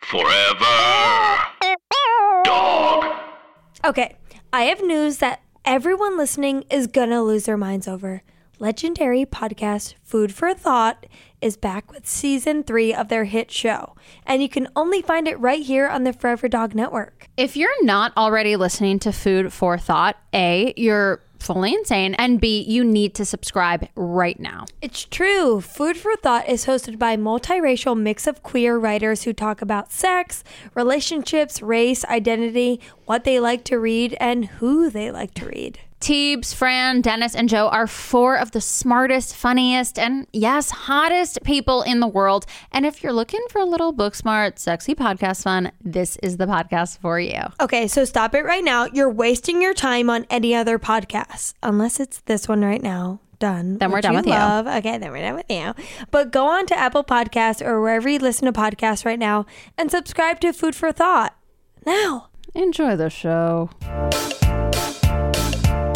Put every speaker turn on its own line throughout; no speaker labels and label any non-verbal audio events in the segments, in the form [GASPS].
Forever. Dog.
Okay, I have news that everyone listening is gonna lose their minds over. Legendary podcast Food for Thought is back with season three of their hit show, and you can only find it right here on the Forever Dog Network.
If you're not already listening to Food for Thought, A, you're fully insane, and B, you need to subscribe right now.
It's true. Food for Thought is hosted by a multiracial mix of queer writers who talk about sex, relationships, race, identity, what they like to read, and who they like to read.
Teebs, Fran, Dennis, and Joe are four of the smartest, funniest, and yes, hottest people in the world. And if you're looking for a little book smart, sexy podcast fun, this is the podcast for you.
Okay, so stop it right now. You're wasting your time on any other podcast, unless it's this one right now. Done.
Then we're
which
done
you
with you.
love. Okay, then we're done with you. But go on to Apple Podcasts or wherever you listen to podcasts right now and subscribe to Food for Thought now.
Enjoy the show.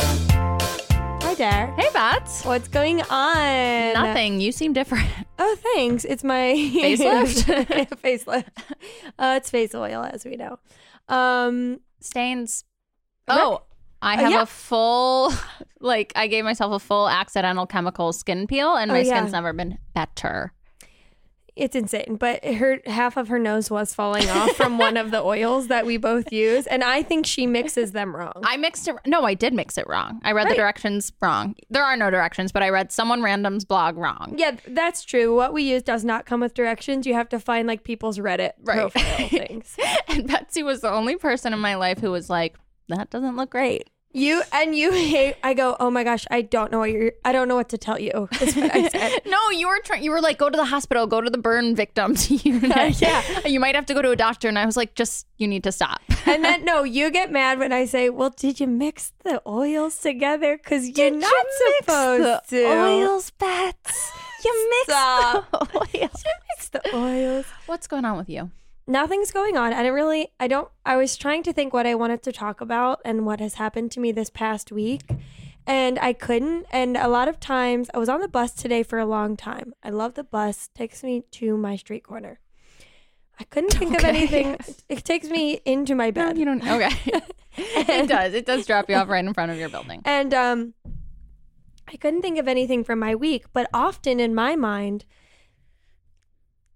Hi there.
Hey, Bats.
What's going on?
Nothing. You seem different. [LAUGHS]
Oh, thanks. It's my [LAUGHS]
Facelift?
facelift. Uh, it's face oil, as we know. Um,
Stains.
Rec-
Oh, I have
yeah.
a full, [LAUGHS] like, I gave myself a full accidental chemical skin peel, and
Oh,
my
yeah.
skin's never been better.
it's insane, but her half of her nose was falling
[LAUGHS]
off from one of the oils that we both use, and I think she mixes them wrong.
I mixed it. No, I did mix it wrong. I read the
Right.
directions wrong. There are no directions, but I read someone random's blog wrong.
yeah, that's true. What we use does not come with directions. You have to find like people's Reddit
Right. [LAUGHS]
profile things.
And Betsy was the only person in my life who was like, that doesn't look great.
You and you hate. I go. Oh my gosh, I don't know what you're. I don't know what to tell you. [LAUGHS] Is what I said.
[LAUGHS] No, you were trying. You were like, go to the hospital, go to [LAUGHS] the burn victims unit.
Yeah.
[LAUGHS] you might have to go to a doctor. And I was like, just you need to stop.
And then no, you get mad when I say, "Well, did you mix the oils together? Because you're not supposed to
bats. [LAUGHS] You mix
Stop.
the oils.
mix the oils."
[LAUGHS] What's going on with you?
Nothing's going on. I don't really. I don't. I was trying to think what I wanted to talk about and what has happened to me this past week, and I couldn't. And a lot of times, I was on the bus today for a long time. I love the bus. Takes me to my street corner. I couldn't think of
Okay. [LAUGHS]
anything. It takes me into my bed.
You don't. Okay. [LAUGHS] it does. It does drop you off right in front of your building.
And um, I couldn't think of anything from my week, but often in my mind,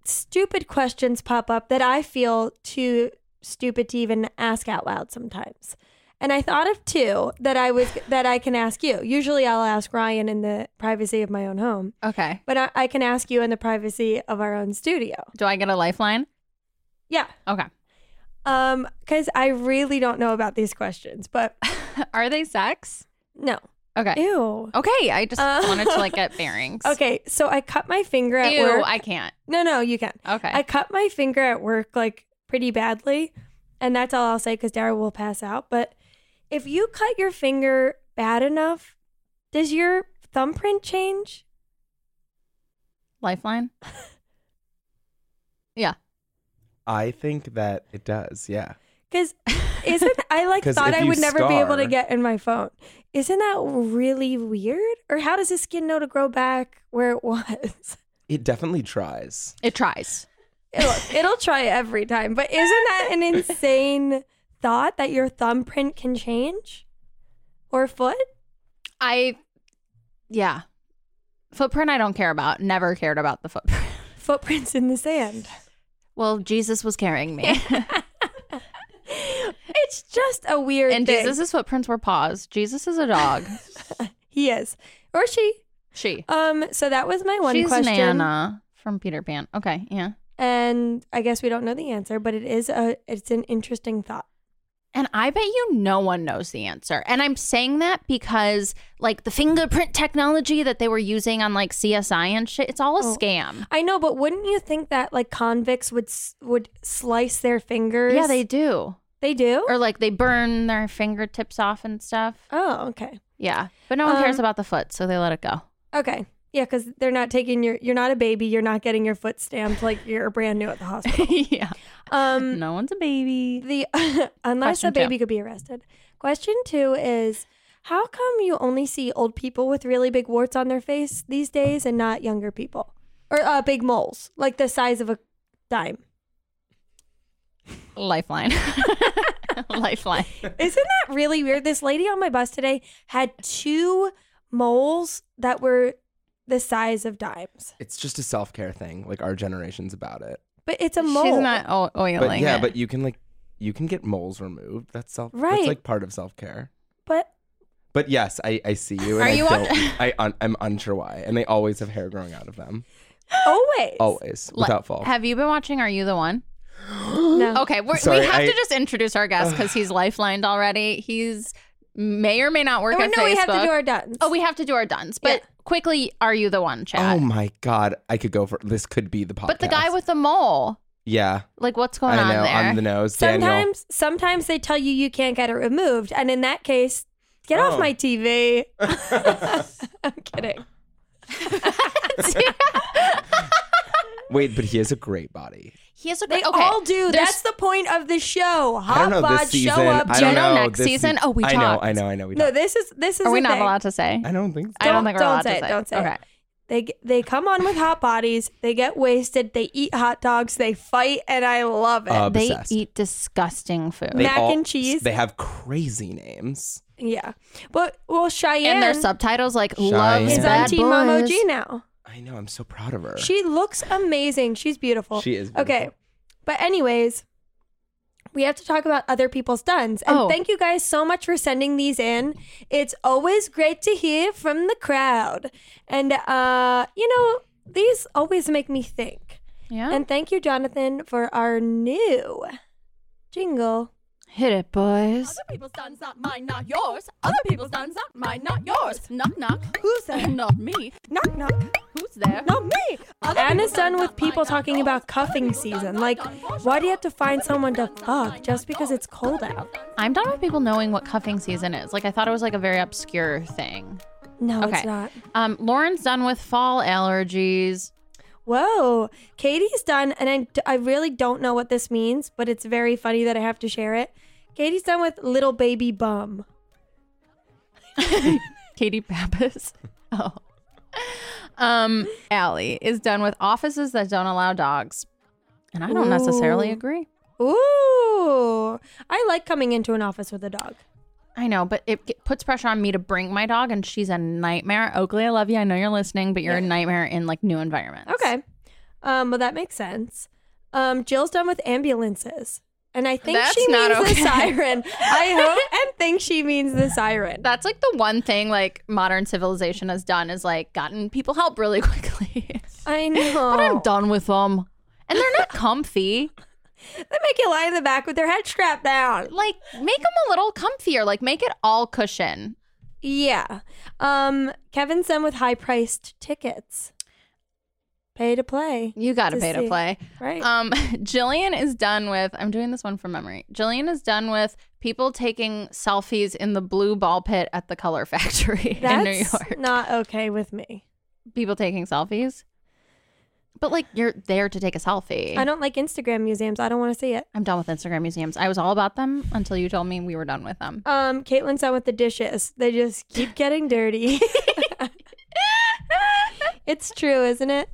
stupid questions pop up that I feel too stupid to even ask out loud sometimes. And I thought of two that I was that I can ask you. Usually, I'll ask Ryan in the privacy of my own home,
Okay.
but I, I can ask you in the privacy of our own studio.
Do I get a lifeline?
Yeah,
Okay.
um, because I really don't know about these questions, but
[LAUGHS]
[LAUGHS]
Are they sex?
no,
Okay.
ew.
Okay. I just
Uh,
wanted to like [LAUGHS] get bearings.
Okay, so I cut my finger at
Ew,
work.
I can't.
No, no, you can.
Okay.
I cut my finger at work like pretty badly, and that's all I'll say because Dara will pass out. But if you cut your finger bad enough, does your thumbprint change?
[LAUGHS] Lifeline? Yeah.
I think that it does. Yeah.
Because isn't I like
'Cause
thought
if
I
you
would never be able to
scar-
get in my phone? Isn't that really weird? Or how does the skin know to grow back where it was? [LAUGHS]
It definitely tries.
It tries.
It'll, it'll try every time, but isn't that
[LAUGHS]
an insane thought that your thumbprint can change or foot?
I, yeah. Footprint, [LAUGHS] I don't care about. Never cared about the footprint.
footprints in the sand.
Well, Jesus was carrying me.
[LAUGHS] It's just a weird
[LAUGHS] and
thing.
Jesus' footprints were paws. Jesus is a [LAUGHS] dog.
he is or she.
She.
Um, so that was my one
She's
question,
Nana from Peter Pan. Okay, yeah.
and I guess we don't know the answer, but it is a it's an interesting thought.
And I bet you no one knows the answer. And I'm saying that because like the fingerprint technology that they were using on like CSI and shit, it's all a
Oh.
scam.
I know, but wouldn't you think that like convicts would s- would slice their fingers?
Yeah, they do.
they do.
Or like they burn their fingertips off and stuff.
oh, okay,
Yeah. But no one cares
Um,
about the foot, so they let it go.
okay, yeah, because they're not taking your you're not a baby, you're not getting your foot stamped like you're brand new at the hospital.
[LAUGHS] [LAUGHS] yeah.
Um,
No one's a baby.
the [LAUGHS] unless
Question
a
two.
baby could be arrested. Question two is. How come you only see old people with really big warts on their face these days and not younger people? Or uh, big moles, like the size of a
[LAUGHS]
dime.
Lifeline. [LAUGHS] Lifeline.
Isn't that really weird? This lady on my bus today had two moles that were the size of dimes,
It's just a self care thing. Like our generation's about it.
but it's a mole.
She's not o- oiling
But yeah,
it.
but you can like you can get moles removed. That's self.
Right.
That's like part of self care.
but [GASPS]
But yes, I, I see you. And
Are
I
you
don't,
on-
[LAUGHS] I un, I'm unsure why. And they always have hair growing out of them.
always.
Oh.
Always,
Le-
without fault.
Have you been watching Are You the One?
No.
[GASPS] Okay, we're,
Sorry,
we have
I-
to just introduce our guest because he's lifelined already. He's may or may not work
Or
at
no,
Facebook.
Oh, we have to do our duns.
oh, we have to do our duns. But
Yeah.
quickly, are you the one,
oh
Chad?
my god, I could go for this. Could be the podcast.
but the guy with the mole,
yeah,
like what's going
I know
on there?
on the nose. Daniel.
sometimes, sometimes they tell you you can't get it removed, and in that case, get off
Oh.
my
[LAUGHS]
TV. I'm kidding.
Wait, but he has a great body.
he has a
They
great- okay.
all do.
There's-
That's the point of the show.
I don't
Hot
know this
bod
season.
show up.
I
Do you
don't
know
know,
next
this
season? Oh, we
I know.
talked.
I know. I know. We
no,
talked.
this is this is.
are we
the
not
thing.
allowed to say?
I don't think. So.
I don't
Don't-
think we're
don't
allowed
say
to
it,
say.
don't say it.
Okay.
They g- they come on with hot bodies. They get wasted. They eat hot dogs. They fight, and I love it.
Uh,
They
Obsessed.
eat disgusting food.
They
mac and cheese.
They have crazy names.
yeah, but well, Cheyenne
and their subtitles like loves
is
Is on
bad
on Team Mom
boys.
OG now.
I know. I'm so proud of her.
She looks amazing. She's beautiful.
She is
Okay,
beautiful.
but anyways, we have to talk about other people's duns. And
Oh.
thank you guys so much for sending these in. It's always great to hear from the crowd, and uh, you know these always make me think.
Yeah.
And thank you, Jonathan, for our new jingle.
Hit it, boys.
people's duns, not mine, not yours. Other people's duns, not mine, not yours. Knock, knock. Who's there? [LAUGHS] Not me.
Knock, knock.
Who's there?
Not me. Anna's done with people talking about cuffing season. Like, why do you have to find someone to fuck just because it's cold out?
I'm done with people knowing what cuffing season is. Like I thought it was like a very obscure thing.
No,
Okay.
Oh, it's not.
Um, Lauren's done with fall allergies.
Whoa. Katie's done, and I, d- I really don't know what this means, but it's very funny that I have to share it. Katie's done with little baby bum.
Katie Pappas. [LAUGHS] Oh. Um, Allie is done with offices that don't allow dogs. And I don't necessarily
Ooh.
agree.
Ooh. I like coming into an office with a dog.
I know, but it g- puts pressure on me to bring my dog, and she's a nightmare. Oakley, I love you. I know you're listening, but you're a nightmare in like new environments.
Okay. Um, well, that makes sense. Um, Jill's done with ambulances. And I think
That's
she
not
means
okay.
the siren.
[LAUGHS]
I hope and think she means the siren.
That's like the one thing like modern civilization has done is like gotten people help really [LAUGHS] quickly.
I know.
[LAUGHS] but I'm done with them. And they're not comfy.
They make you lie in the back with their head strapped down.
Like, make them a little comfier. Like, make it all cushion.
Yeah. Um, Kevin's done with high priced tickets. Pay to play.
You got to
To
pay to
see.
play.
Right.
Um, [LAUGHS] Jillian is done with, I'm doing this one from memory. Jillian is done with people taking selfies in the blue ball pit at the color [LAUGHS] factory
That's
in New York.
not okay with me.
people taking selfies. But like, you're there to take a selfie.
I don't like Instagram museums. I don't want to see it.
I'm done with Instagram museums. I was all about them until you told me we were done with them.
Um, Caitlin's done with the dishes. They just keep [LAUGHS] getting dirty. it's true, isn't it?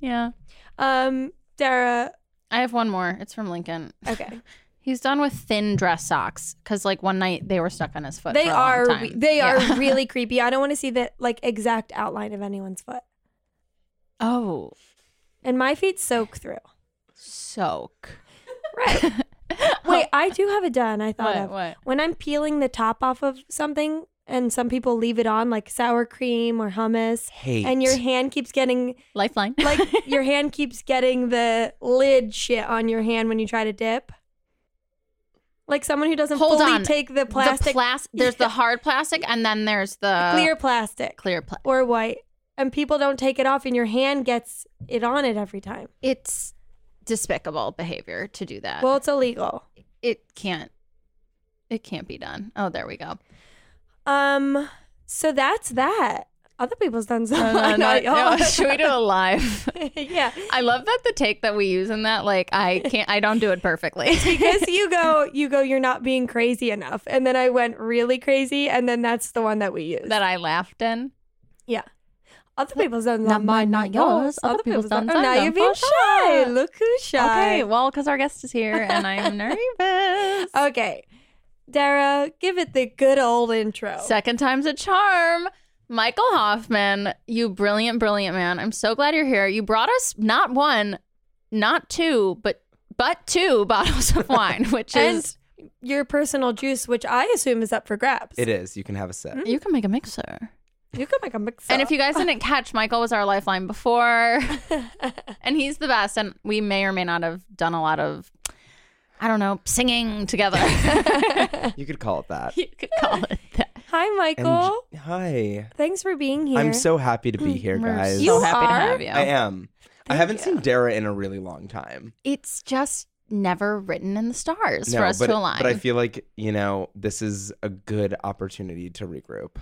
Yeah.
Um, Dara.
I have one more. It's from Lincoln.
Okay,
He's done with thin dress socks because, like, one night they were stuck on his foot.
they
for a long
are
time.
they
Yeah. [LAUGHS]
are really creepy. I don't want to see the like exact outline of anyone's foot,
Oh,
and my feet soak through.
soak. [LAUGHS] Oh,
Right. Wait, I do have a done I thought
What,
of.
what?
When I'm peeling the top off of something and some people leave it on like sour cream or hummus
Hate.
and your hand keeps getting
Lifeline. [LAUGHS]
like your hand keeps getting the lid shit on your hand when you try to dip. Like someone who doesn't
Hold
fully
on.
take the plastic
The plas- there's the hard plastic, and then there's the
[LAUGHS] clear plastic
clear pla-
or white and people don't take it off and your hand gets it on it every time.
It's despicable behavior to do that.
Well, it's illegal.
it can't. It can't be done. Oh, there
[LAUGHS]
we go.
Um so that's that. Other people's done some. I know, y'all.
[LAUGHS] should we do a live?
[LAUGHS]
[LAUGHS]
yeah.
I love that the take that we use in that, like, I can't, I don't do it perfectly.
Because you go, you go, you're not being crazy enough. And then I went really crazy. And then that's the one that we used.
that I laughed in.
yeah. Other people's done
Not mine, not yours. Other people's done
Oh, now
done
you're being
for sure.
shy. Look who's shy.
Okay, well, because our guest is here and [LAUGHS] I'm nervous.
Okay. Dara, give it the good old intro.
Oh. Second time's a charm. Michael Hoffman, you brilliant, brilliant man. I'm so glad you're here. You brought us not one, not two, but but two [LAUGHS] bottles of wine, which is
Your personal juice, which I assume is up for grabs.
It is. You can have a sip.
you can make a mixer. Oh.
You can make a mix.
And if you guys didn't catch, Michael was our lifeline [LAUGHS] before. and he's the best. And we may or may not have done a lot of, I don't know, singing [LAUGHS] together.
You could call it that.
you could call it that.
Hi,
And-
Michael.
hi.
Thanks for being here. Mm,
I'm so happy to be here,
We're
guys.
so
You
happy
are?
to
I
have you.
am. I haven't seen Dara in a really long time.
It's just never written in the stars for us
but,
to align.
but I feel like, you know, this is a good opportunity to regroup.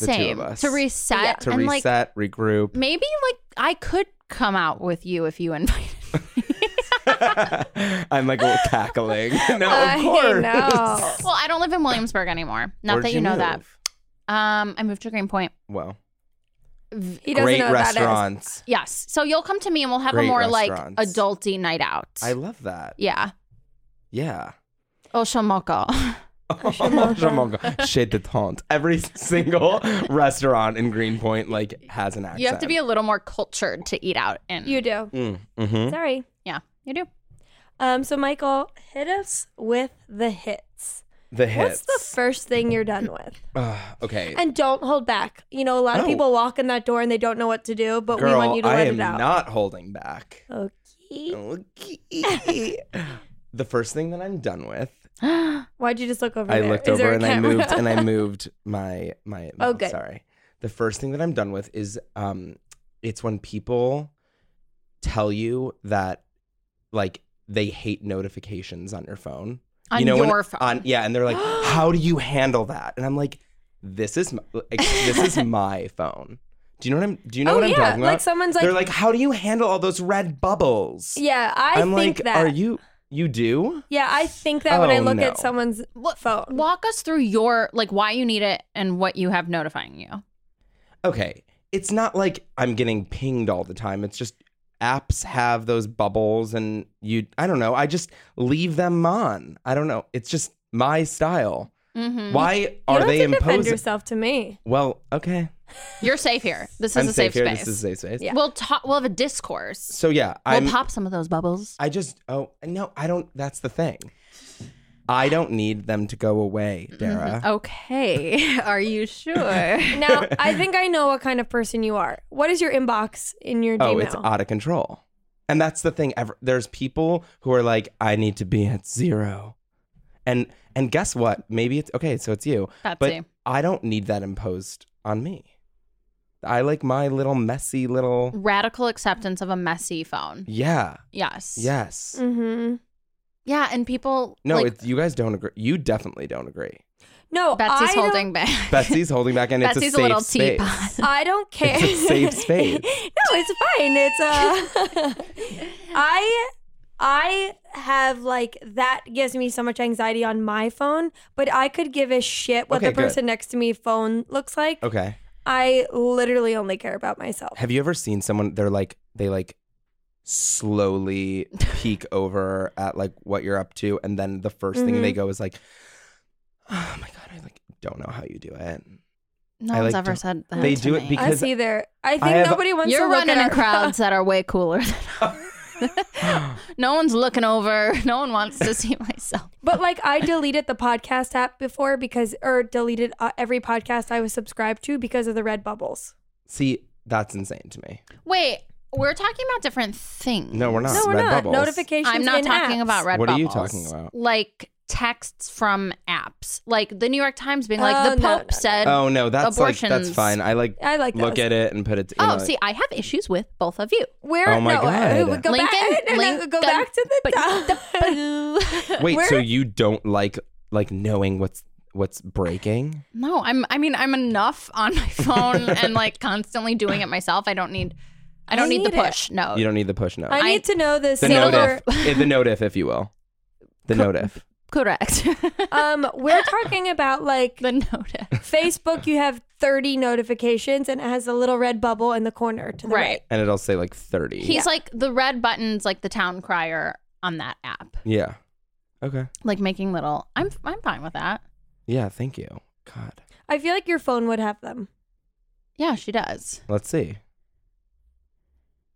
the two of
Same.
us.
To reset
Yeah.
To
and
reset,
like
regroup.
maybe like I could come out with you if you invited
[LAUGHS]
me.
I'm like cackling. [LAUGHS] no,
I
of course.
know.
well, I don't live in Williamsburg anymore. Not
Where'd
that you, know
move?
that. Um, I moved to Greenpoint.
Well,
[LAUGHS] He doesn't
great
know what that is.
restaurants.
Yes. So you'll come to me and we'll have a
Great
more like
restaurants.
adulty night out.
I love that.
yeah.
[LAUGHS]
Oh,
Yeah.
[LAUGHS] Oshamoko.
Ramongo. Chez de Tante. Every
[LAUGHS]
single restaurant in Greenpoint like has an accent.
You have to be a little more cultured to eat out in.
You do.
Mm, mhm.
Sorry.
yeah, you [GASPS] do.
Um, so Michael, hit us with the hits.
The hits.
What's the first thing you're done with?
Ugh, okay.
And don't hold back. You know, a lot of
Oh.
people walk in that door and they don't know what to do, but
Girl,
we want you to
I
let
am
it out.
not holding back.
okay. [LAUGHS]
Okay. the first thing that I'm done with,
Why'd you just look over
I
there?
looked
Is there a
over and I
camera? [LAUGHS]
moved and I moved my my.
Oh,
no,
good.
Sorry. The first thing that I'm done with is um, it's when people tell you that like they hate notifications on your phone.
On
you know,
your
when,
phone.
On, yeah, and they're
[GASPS]
like, "How do you handle that?" And I'm like, "This is my, like,
[LAUGHS]
this is my phone." Do you know what I'm? Do you know
Oh,
what I'm
yeah,
talking about?
like someone's like-
they're like, "How do you handle all those red bubbles?"
yeah, I
am
think
like,
that.
"Are you you do?"
Yeah, I think that when I
Oh,
look
no.
at someone's phone.
Walk us through your like why you need it and what you have notifying you.
okay, it's not like I'm getting pinged all the time. It's just apps have those bubbles, and you, I don't know. I just leave them on. I don't know. It's just my style.
Mhm.
Why
Mm-hmm. you
are
don't
they
have to defend
imposing?
yourself to me.
Well, okay,
You're safe here. This is
I'm
a safe,
here.
space.
This is a safe space.
Yeah.
We'll talk. We'll have a discourse.
So yeah, I'm.
we'll pop some of those bubbles.
I just. Oh no, I don't. That's the thing. I don't need them to go away, Dara.
Okay. [LAUGHS] Are you
[LAUGHS]
sure?
Now, I think I know what kind of person you are. What is your inbox in your
Oh,
Gmail?
it's out of control. And that's the thing. Ever there's people who are like, I need to be at zero. And and guess what? Maybe it's okay, so it's you.
That's
but
you.
I don't need that imposed on me. I like my little messy little
Radical acceptance of a messy phone.
Yeah.
Yes.
Yes.
Mm-hmm.
Yeah, and people
No,
Mm. like,
it's you guys don't agree. You definitely don't agree.
No,
Betsy's
I don't-
holding
[LAUGHS]
back.
Betsy's holding back and
Betsy's
it's a
a
safe
little
space.
teapot.
I don't care.
It's
[LAUGHS]
a safe space.
no, it's fine. It's
[LAUGHS]
uh [LAUGHS] I I have like that gives me so much anxiety on my phone, but I could give a shit what
Okay,
the
good.
person next to me phone looks like.
Okay.
I literally only care about myself.
Have you ever seen someone they're like they like slowly peek over at like what you're up to and then the 1st thing they go is like oh my god I like don't know how you do it.
No
I
one's
like
ever
don't-
said that.
they
to
do it
me.
because-
Us either. I think
have-
nobody wants to
you're
look
running
at
in
our [LAUGHS]
crowds that are way cooler than no one's looking over. [LAUGHS] No one wants to see [LAUGHS] myself.
But like I deleted the podcast app before because, or deleted uh, every podcast I was subscribed to because of the red bubbles.
See, that's insane to me.
Wait, we're talking about different things.
No, we're not.
No, we're
Red
not.
Bubbles.
Notifications.
I'm not
in
talking
apps.
about red.
What are you
bubbles.
talking about?
Like texts from apps, like the New York Times being like,
Oh,
the
no,
Pope
no, no.
said.
Oh no, that's like that's
Abortions.
fine. I like
I like
look
those.
at it and put it. you
Oh,
know,
see, I have issues with both of you.
Where?
Oh my
no, I-
God.
go
Lincoln,
back, [LAUGHS] no, no,
Lincoln,
go back to the
but
top.
the-
Wait,
Where-
so you don't like like knowing what's what's breaking?
[LAUGHS] no, I'm. I mean, I'm enough on my [LAUGHS] phone and like constantly doing it myself. I don't need. I don't
I
need, the
need it.
push. No.
You don't need the push note.
[LAUGHS] I
I-
need to know this.
the
Sailor-
note
number.
if, [LAUGHS] eh, the note if, if you will. The note if.
Correct. [LAUGHS]
Um, we're talking about like
the notice.
Facebook. You have 30 notifications, and it has a little red bubble in the corner to the [LAUGHS] right.
Right.
And it'll say like 30.
He's like the red buttons, like the town crier on that app,
yeah. Okay.
like making little. I'm I'm fine with that.
Yeah, thank you. God.
I feel like your phone would have them
Yeah, she does.
Let's see.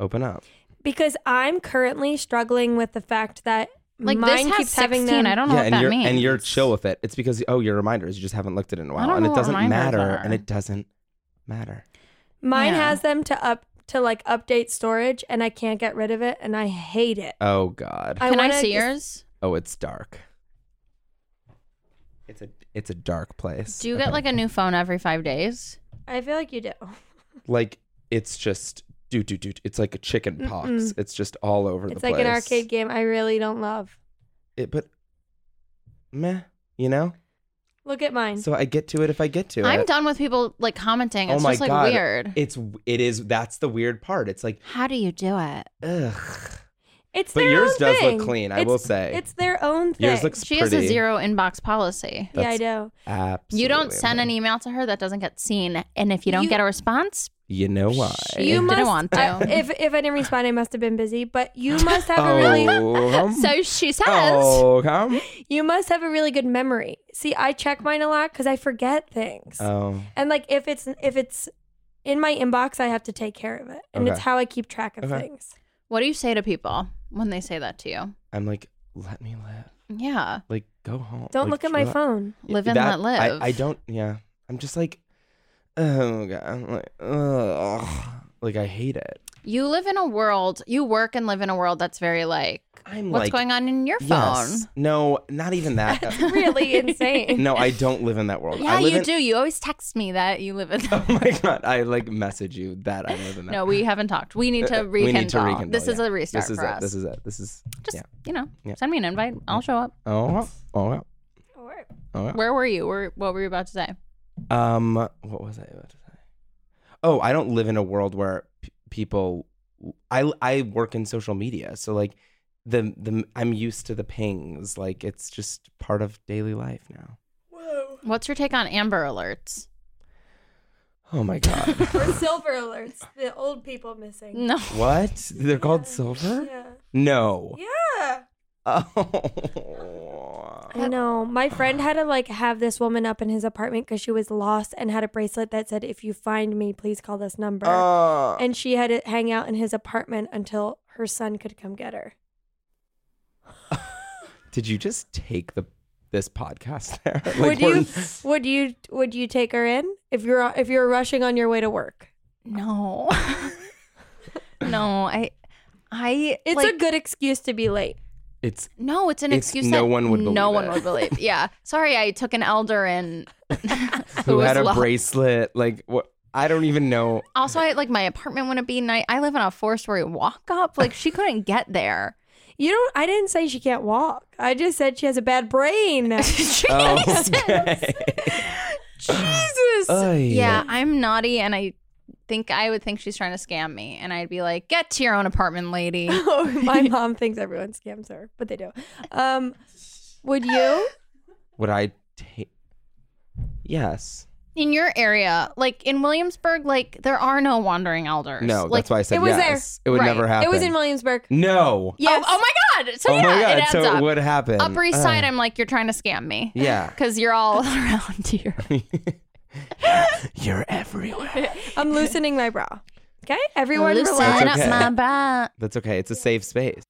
Open up.
because I'm currently struggling with the fact that
Like
mine
this has
keeps
16.
having them.
I don't know
Yeah,
what
and
that
you're
means.
and you're chill with it. It's because oh, your reminders, you just haven't looked at it in a while.
don't
And
know
it
what
doesn't
reminders
matter.
are.
And it doesn't matter.
Mine
Yeah.
has them to up to like update storage, and I can't get rid of it, and I hate it.
Oh God.
Can I,
wanna just-
see yours?
oh, it's dark. It's a it's a dark place.
Do you get
Okay.
like a new phone every five days?
I feel like you do.
like it's just do do do. It's like a chicken pox.
Mm-mm.
It's just all over the
It's
place.
like an arcade game. I really don't love.
It, but meh, you know.
Look at mine.
So I get to it if I get to it.
I'm done with people like commenting.
Oh
It's
my
just like
god,
weird.
It's it is that's the weird part. It's like
How do you do it?
ugh.
it's
But
their
yours
own
does look
thing.
clean, I
It's-
will say.
it's their own thing.
Yours looks
She
pretty.
has a zero inbox policy.
yeah, I
That's
do.
Absolutely.
You don't send
amazing.
an email to her that doesn't get seen, and if you don't
You-
get a response,
You know why?
You
You
didn't
must.
want to.
I- if if I didn't respond, I must have been busy. But
[LAUGHS]
[LAUGHS]
you must have a really
oh, come-
so she says.
oh,
[LAUGHS]
come.
you must have a really good memory. See, I check mine a lot because I forget things.
Oh,
and like if it's if it's in my inbox, I have to take care of it, and it's
Okay.
how I keep track of
Okay.
things.
What do you say to people when they say that to you?
I'm like, let me live.
Yeah,
Like, go home.
Don't look
Like,
at my
chill out.
phone.
live and
That-
let live.
I, I don't. Yeah, I'm just like, oh god, I'm like, ugh. like I hate it.
You live in a world. You work and live in a world that's very like.
I'm
What's
like,
going on in your phone?
Yes. No, not
[LAUGHS]
even that.
Really insane.
no, I don't live in that world.
Yeah,
I live
you
in-
do. You always text me that you
[LAUGHS]
live in.
Oh my god, I like message you that I live in that.
no, we haven't talked. We need to
Uh,
rekindle.
[LAUGHS] we need to rekindle,
This is
yeah.
a restart
This is
for
it.
us.
This is it. This is
Just
yeah.
you know,
Yeah.
send me an invite. I'll show up.
Oh, oh,
Or-
oh.
Where were you? Where, what were you about to say?
Um, what was I about to say? Oh, I don't live in a world where p- people. I I work in social media, so like the the I'm used to the pings. Like it's just part of daily life now.
What's your take on Amber Alerts?
Oh
[LAUGHS]
my god,
or silver alerts, the old people missing.
No, [LAUGHS]
what they're called silver? No.
Yeah.
Oh.
I know. My friend had to like have this woman up in his apartment because she was lost and had a bracelet that said, "If you find me, please call this number."
Uh,
and she had to hang out in his apartment until her son could come get her.
did you just take the this podcast there? Like,
would you?
we're-
Would you? Would you take her in if you're if you're rushing on your way to work?
no, [LAUGHS] no. I, I.
It's
like,
a good excuse to be late.
[LAUGHS]
It's
No, it's an
It's-
excuse
no
that
one would
no
believe
one
it.
would
[LAUGHS]
believe. Yeah, sorry, I took an elder in [LAUGHS]
who
was
had a
lost.
bracelet? Like what? I don't even know.
[LAUGHS] Also, I like my apartment wouldn't be night. I live on a four-story walk-up. Like she couldn't get there. [LAUGHS]
You don't. I didn't say she can't walk. I just said she has a bad brain.
Uh,
Jesus,
Oh, Okay.
Jesus.
Oy.
Yeah, I'm naughty, and I think I would think she's trying to scam me, and I'd be like, "Get to your own apartment,
[LAUGHS]
lady."
Oh, my mom thinks everyone scams her, but they do. Um, would you?
Would I take? Yes.
In your area, like in Williamsburg, like there are no wandering elders. like,
No.
oh,
that's why I said
it was there.
yes. It would
Right.
never happen.
It was in Williamsburg.
No.
Yes.
Oh, oh my god! So
oh
yeah,
my god.
it adds
so
up.
it would happen.
Upper East
Uh,
Side, I'm like, you're trying to scam me.
[LAUGHS]
[LAUGHS]
yeah. [LAUGHS]
Because you're all around here.
You're everywhere.
[LAUGHS]
I'm loosening my bra. Okay, everyone
Loosen
relax.
That's okay.
up my butt.
That's okay. It's a safe space.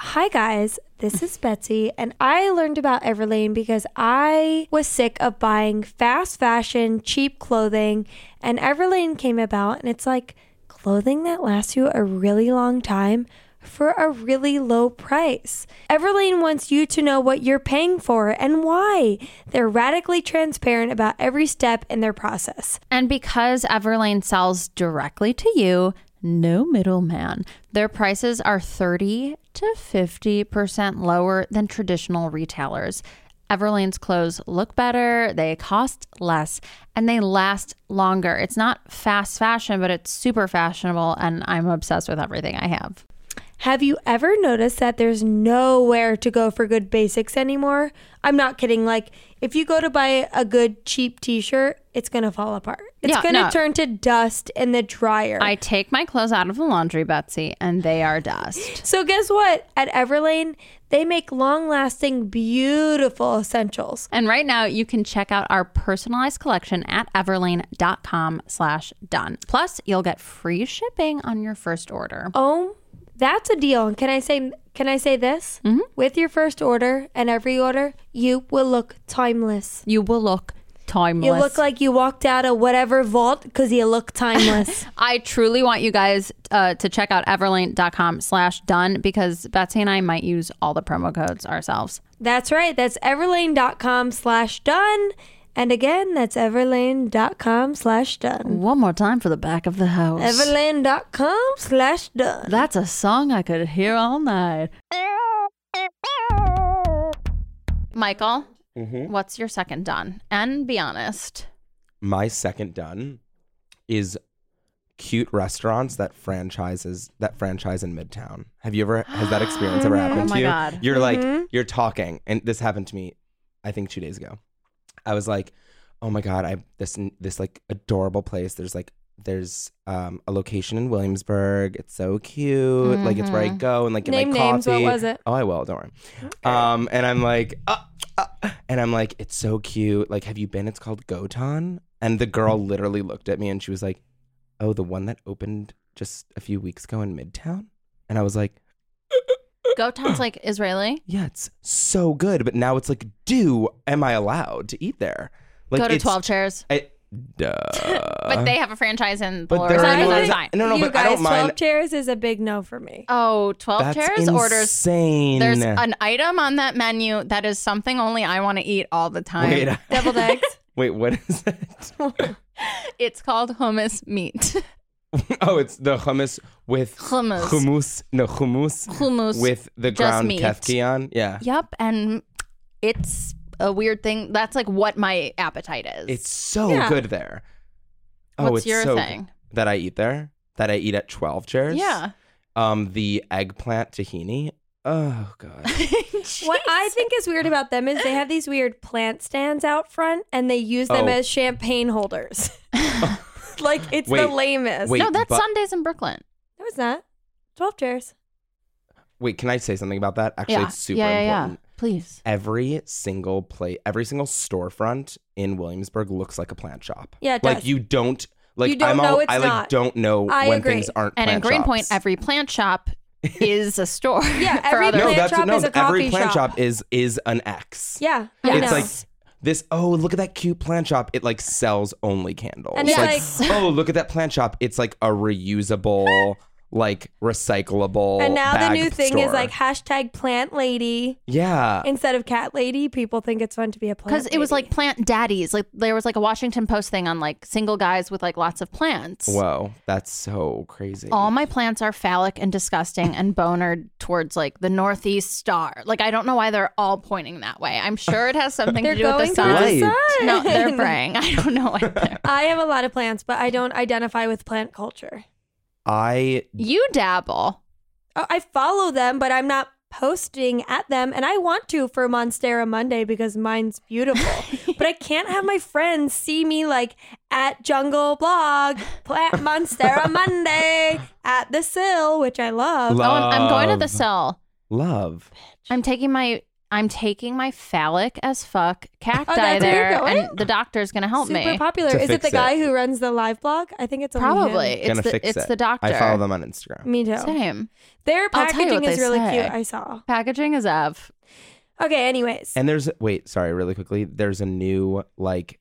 Hi guys, this is Betsy, and I learned about Everlane because I was sick of buying fast fashion, cheap clothing, and Everlane came about, and it's like clothing that lasts you a really long time for a really low price. Everlane wants you to know what you're paying for and why. They're radically transparent about every step in their process.
And because Everlane sells directly to you, no middleman, their prices are 30 to 50% lower than traditional retailers. Everlane's clothes look better, they cost less, and they last longer. It's not fast fashion, but it's super fashionable, and I'm obsessed with everything I have.
Have you ever noticed that there's nowhere to go for good basics anymore? I'm not kidding. Like, if you go to buy a good cheap t shirt, it's going to fall apart. It's
Yeah,
going to
no.
turn to dust in the dryer.
I take my clothes out of the laundry, Betsy, and they are dust.
so, guess what? At Everlane, they make long lasting, beautiful essentials.
And right now, you can check out our personalized collection at everlane.com slash done. Plus, you'll get free shipping on your first order.
Oh, that's a deal. And can I say, can I say this?
Mm-hmm.
With your first order and every order, you will look timeless.
You will look timeless.
You look like you walked out of whatever vault because you look timeless.
I truly want you guys uh, to check out everlane.com slash done because Betsy and I might use all the promo codes ourselves.
That's right. That's everlane.com slash done. And again, that's everlane.com slash done.
One more time for the back of the house.
Everlane.com slash done.
That's a song I could hear all night. Michael,
Mm-hmm.
what's your second done? And be honest.
My second done is cute restaurants that franchises that franchise in Midtown. Have you ever has that experience ever
[GASPS]
happened
Oh
to
my
you?
God. Mm-hmm.
You're like you're talking, and this happened to me. I think two days ago. I was like, oh my god, I this this like adorable place. There's like there's um a location in Williamsburg. It's so cute. Like it's where
Mm-hmm.
I go and like get
Name
my
names. What
coffee.
was it?
Oh, I will. Don't worry. Um, and I'm like, uh, uh, and I'm like, it's so cute. Like, have you been? It's called Gotan. And the girl
Mm-hmm.
literally looked at me and she was like, oh, the one that opened just a few weeks ago in Midtown. And I was like,
Goton's like Israeli.
yeah, it's so good. But now it's like, do am I allowed to eat there? Like,
Go to
it's-
12 chairs.
I, duh.
but they have a franchise in the
But
Lower
they're
East Side.
in
so
Lower
that's
East-
fine.
No, no,
you
but I
guys,
don't mind.
12 chairs is a big no for me.
Oh, 12
That's
chairs
insane.
orders. There's an item on that menu that is something only I want to eat all the time.
wait, uh,
[LAUGHS]
I-
Deviled eggs.
wait, what is it?
It's called hummus meat.
Oh, it's the hummus with
Hummus.
hummus, no hummus,
[LAUGHS] Hummus.
with the
Just
ground
meat.
kefkian. Yeah,
Yep, and it's a weird thing. That's like what my appetite is.
it's so
Yeah.
good there. Oh,
What's your
so
thing?
good. that I eat there? That I eat at twelve chairs.
yeah.
Um, the eggplant tahini. Oh god.
[LAUGHS]
Oh,
what I think is weird about them is they have these weird plant stands out front and they use them
Oh.
as champagne
[LAUGHS]
holders. [LAUGHS] like, it's
Wait,
the lamest.
[LAUGHS] wait.
no, that's
but-
Sundays in Brooklyn.
No, it's not. 12 chairs.
Wait, can I say something about that? Actually,
yeah.
it's super
yeah, yeah, yeah.
important.
Please.
Every single play, every single storefront in Williamsburg looks like a plant shop.
Yeah, it
like
does.
you don't like.
You don't
I'm
know
all,
it's
I like
not.
don't know
I
when
agree.
things aren't.
And in
plant
Greenpoint,
shops.
every plant
[LAUGHS]
shop is a store.
Yeah,
[LAUGHS] for
every
other
plant
no, that's
shop
no.
is a
every
coffee
plant
shop.
shop. is is an X.
Yeah. I
it's
know.
like this. Oh, look at that cute plant shop. It like sells only candles.
And it's
like, [LAUGHS] oh, look at that plant shop. It's like a reusable, like recyclable.
And now the
bag
new thing is
store.
like hashtag plant lady
yeah.
instead of cat lady. People think it's fun to be a plant.
because it was like
lady.
plant daddies. Like there was like a Washington Post thing on like single guys with like lots of plants.
Whoa, that's so crazy.
All my plants are phallic and disgusting and bonered towards like the northeast star. Like I don't know why they're all pointing that way. I'm sure it has something
they're
to do
going
with
through
the sun.
the
Right.
sun.
[LAUGHS]
[LAUGHS]
No, they're praying. I don't know why they're.
I have a lot of plants, but I don't identify with plant culture.
I
You dabble.
Oh, I follow them, but I'm not posting at them, and I want to for Monstera Monday because mine's
[LAUGHS]
beautiful. but I can't have my friends see me like at Jungle Blog,
[LAUGHS]
plant Monstera Monday at the Sill, which I love.
love.
Oh, I'm, I'm going to the cell.
Love.
I'm taking my I'm taking my phallic as fuck cacti
Oh, that's where you're
there,
going?
and the doctor's gonna help
Super
me.
popular.
To
Is it
fix
the
it.
guy who runs the live blog? I think it's only him.
Probably
Gonna
it's the
fix
it's
it.
the doctor.
I follow them on Instagram.
Me too.
Same
Their
I'll tell you
packaging
what
is
they
really
say.
cute. I saw.
packaging is of
Okay. Anyways,
And there's wait, sorry, really quickly. There's a new like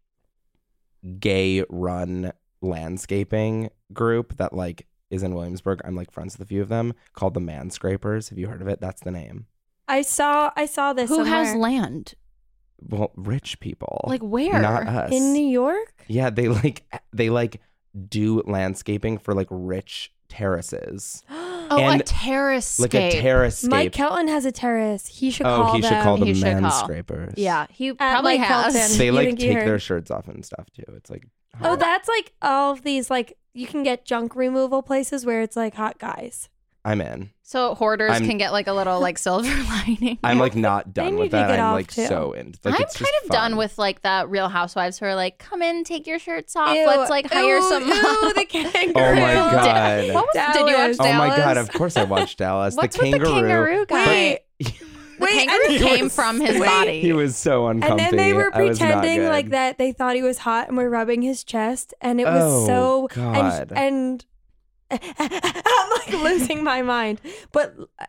gay run landscaping group that like is in Williamsburg. I'm like friends with a few of them called the Manscrapers. Have you heard of it? That's the name.
I saw. I saw this.
who has
somewhere.
land?
Well, rich people.
Like where?
Not us.
in New York? [GASPS]
yeah, they like they like do landscaping for like rich terraces.
Oh, a
And-
terrace.
Like a terrace
Mike
scape.
Kelton has a terrace. He should
oh,
call
he
them.
should call them
he should call.
Manscrapers.
Yeah, he
At
probably
Mike
has.
Kelton. [LAUGHS]
They
You
like
think you
take
heard-
their shirts off and stuff too. It's like
Oh, that's like all of these like you can get junk removal places where it's like hot guys.
I'm in.
So hoarders
I'm-
can get like a little [LAUGHS] like silver lining.
I'm like not
They
done
need
with
to
that.
get
I'm
off,
like
too.
so in. Like,
I'm
it's
kind
just
of done
fun.
with like the Real Housewives who are like, come in, take your shirts off.
Ew,
Let's like hire
ew,
some. [LAUGHS]
Ew, the kangaroo. [LAUGHS]
Oh my god!
What was, did you
Dallas.
watch
oh my
Dallas?
god! Of course I
[LAUGHS]
watched Dallas.
What's
the kangaroo.
with the kangaroo guy?
Wait,
the
wait, I
kangaroo
think-
came from his
Wait.
body.
He was so
And
uncomfortable.
then they were pretending like that they thought he was hot and were rubbing his chest, and it was
Oh,
so
God.
and [LAUGHS] and I'm like losing my mind. But uh,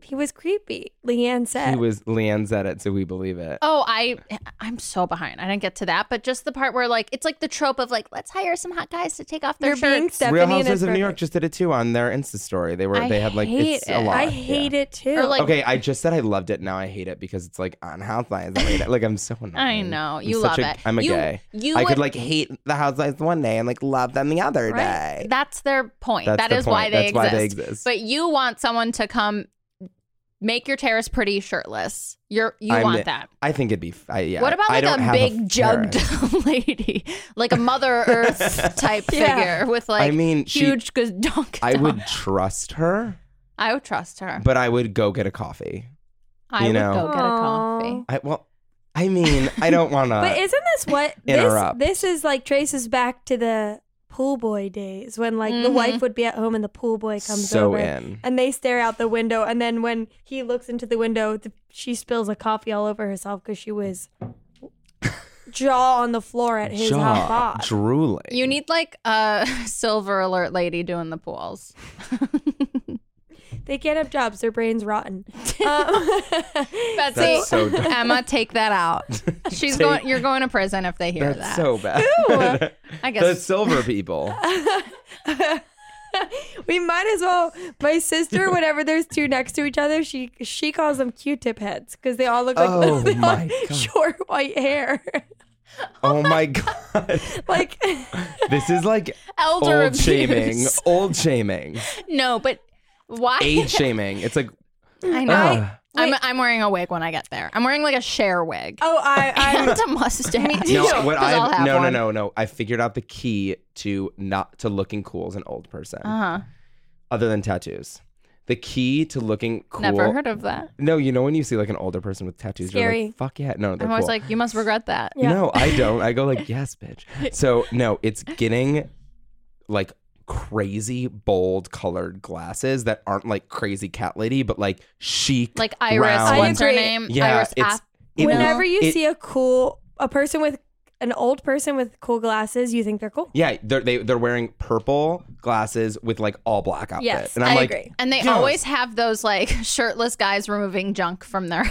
he was creepy. Leanne said
He was Leanne said it, so we believe it.
Oh, I I'm so behind. I didn't get to that, but just the part where like it's like the trope of like let's hire some hot guys to take off their
"You're being
shirts.
Stephanie
Real
and it's
Housewives of New York
perfect."
just did it too on their Insta story. They were
I
they had like
hate
it's a
it.
lot.
I
yeah.
hate it too.
Or, like-
okay, I just said I loved it. Now I hate it because it's like on Housewives. I hate it. Like I'm so
[LAUGHS]
annoying.
I know
I'm
you love
such a-
it.
I'm a
You-
gay.
You
I
would,
could like hate the Housewives one day and like love them the other
Right.
day.
That's their point.
That's
That
the
is
point.
why they
That's
exist.
why they exist.
But you want someone to come make your terrace pretty shirtless. You're you
I'm-
want that.
I think it'd be. f- I, yeah.
What about
I
like
don't
a
have
big
terror.
jugged [LAUGHS] lady, like a
[LAUGHS]
Mother Earth type
Yeah.
figure with like
I mean, she-
huge good donk?
I would trust her,
I would trust her.
but I would go get a coffee.
I
you
would
know.
go
Oh,
get a
Aw.
coffee.
I well, I mean, I
[LAUGHS]
don't want to.
But isn't this what this,
Uh, interrupt.
this is like traces back to the pool boy days when like the
Mhm.
wife would be at home and the pool boy comes
so
over
in.
and they stare out the window and then when he looks into the window th- she spills a coffee all over herself because she
[LAUGHS]
was jaw on the floor at his hot
Jaw
box.
drooling.
You need like a [LAUGHS] silver alert lady doing the pools.
They can't have jobs; their brains
[LAUGHS]
rotten. Um, [LAUGHS]
Betsy, [LAUGHS]
That's so dumb. [LAUGHS]
Emma, take that out. She's
Take-
going. You're going to prison if they hear
That's
that.
so bad. [LAUGHS]
I
the
guess.
silver people.
[LAUGHS]
we might as well. My
[LAUGHS]
sister, whenever there's two next to each other, she she calls them Q-tip heads because they all look like
Oh
[LAUGHS] they all
my
have
God.
short white hair. [LAUGHS]
Oh my god.
like
This is like
Elder
old
abuse.
shaming. Old shaming.
No, but why?
Age shaming. It's
[LAUGHS]
like [LAUGHS]
I know.
Ugh.
I'm, I'm wearing a wig when I get there. I'm wearing like a share wig.
oh, [LAUGHS] I
[LAUGHS] and
I
a mustache.
[LAUGHS] no, what
'Cause I'll
I
have
no no
one.
no no. I figured out the key to not to looking cool as an old person,
Uh-huh.
other than tattoos. The key to looking cool.
Never heard of that.
No, you know when you see like an older person with tattoos, you're
Scary.
like, "Fuck yeah!" No, they're
I'm always
cool.
like, you must regret that.
Yeah.
No, I don't. I
[LAUGHS]
go like, yes, bitch. So no, it's getting like crazy bold colored glasses that aren't like crazy cat lady, but like chic.
Like Iris,
round.
what's her
agree.
name?
Yeah,
Iris
it's-
Ath-
it-
whenever you
it-
see a cool a person with an old person with cool glasses, you think they're cool.
Yeah, they're they, they're wearing purple glasses with like all black outfit,
Yes,
and I'm
I
like,
agree.
And they
Yes.
always have those like [LAUGHS] shirtless guys removing junk from
[LAUGHS]
their [LAUGHS]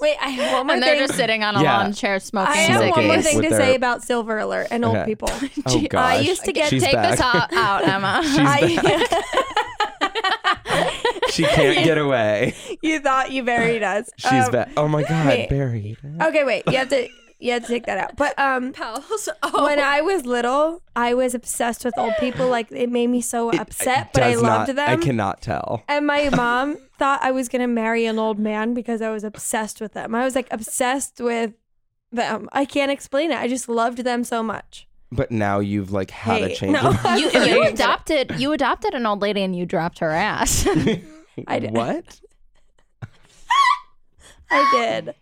Wait, I have one more
and
thing.
they're just sitting on a
Yeah.
lawn chair smoking
I have one
smoking
more
ciggies.
thing
with
to
their-
say about Silver Alert and old
Okay. [LAUGHS]
people.
oh
Gee,
gosh,
I used to get
She's
Take
back.
this out, out Emma.
[LAUGHS] I,
[LAUGHS] she
[LAUGHS]
can't get away.
you thought you buried us.
[LAUGHS] She's
Um,
back.
[LAUGHS]
Oh my god,
wait.
buried.
Okay, wait. You have to you have to take that out. But [LAUGHS] um
Pals.
when I was little, I was obsessed with old people. Like it made me so upset, but I
uh, Does
loved
not-
them.
I cannot tell.
And my mom thought I was gonna marry an old man because I was obsessed with them. I was like obsessed with them. I can't explain it. I just loved them so much.
But now you've like had a
Hey,
change.
no. [LAUGHS]
of heart.
you, you adopted you adopted an old lady and you dropped her
[LAUGHS]
ass. [LAUGHS]
I did.
What?
I did.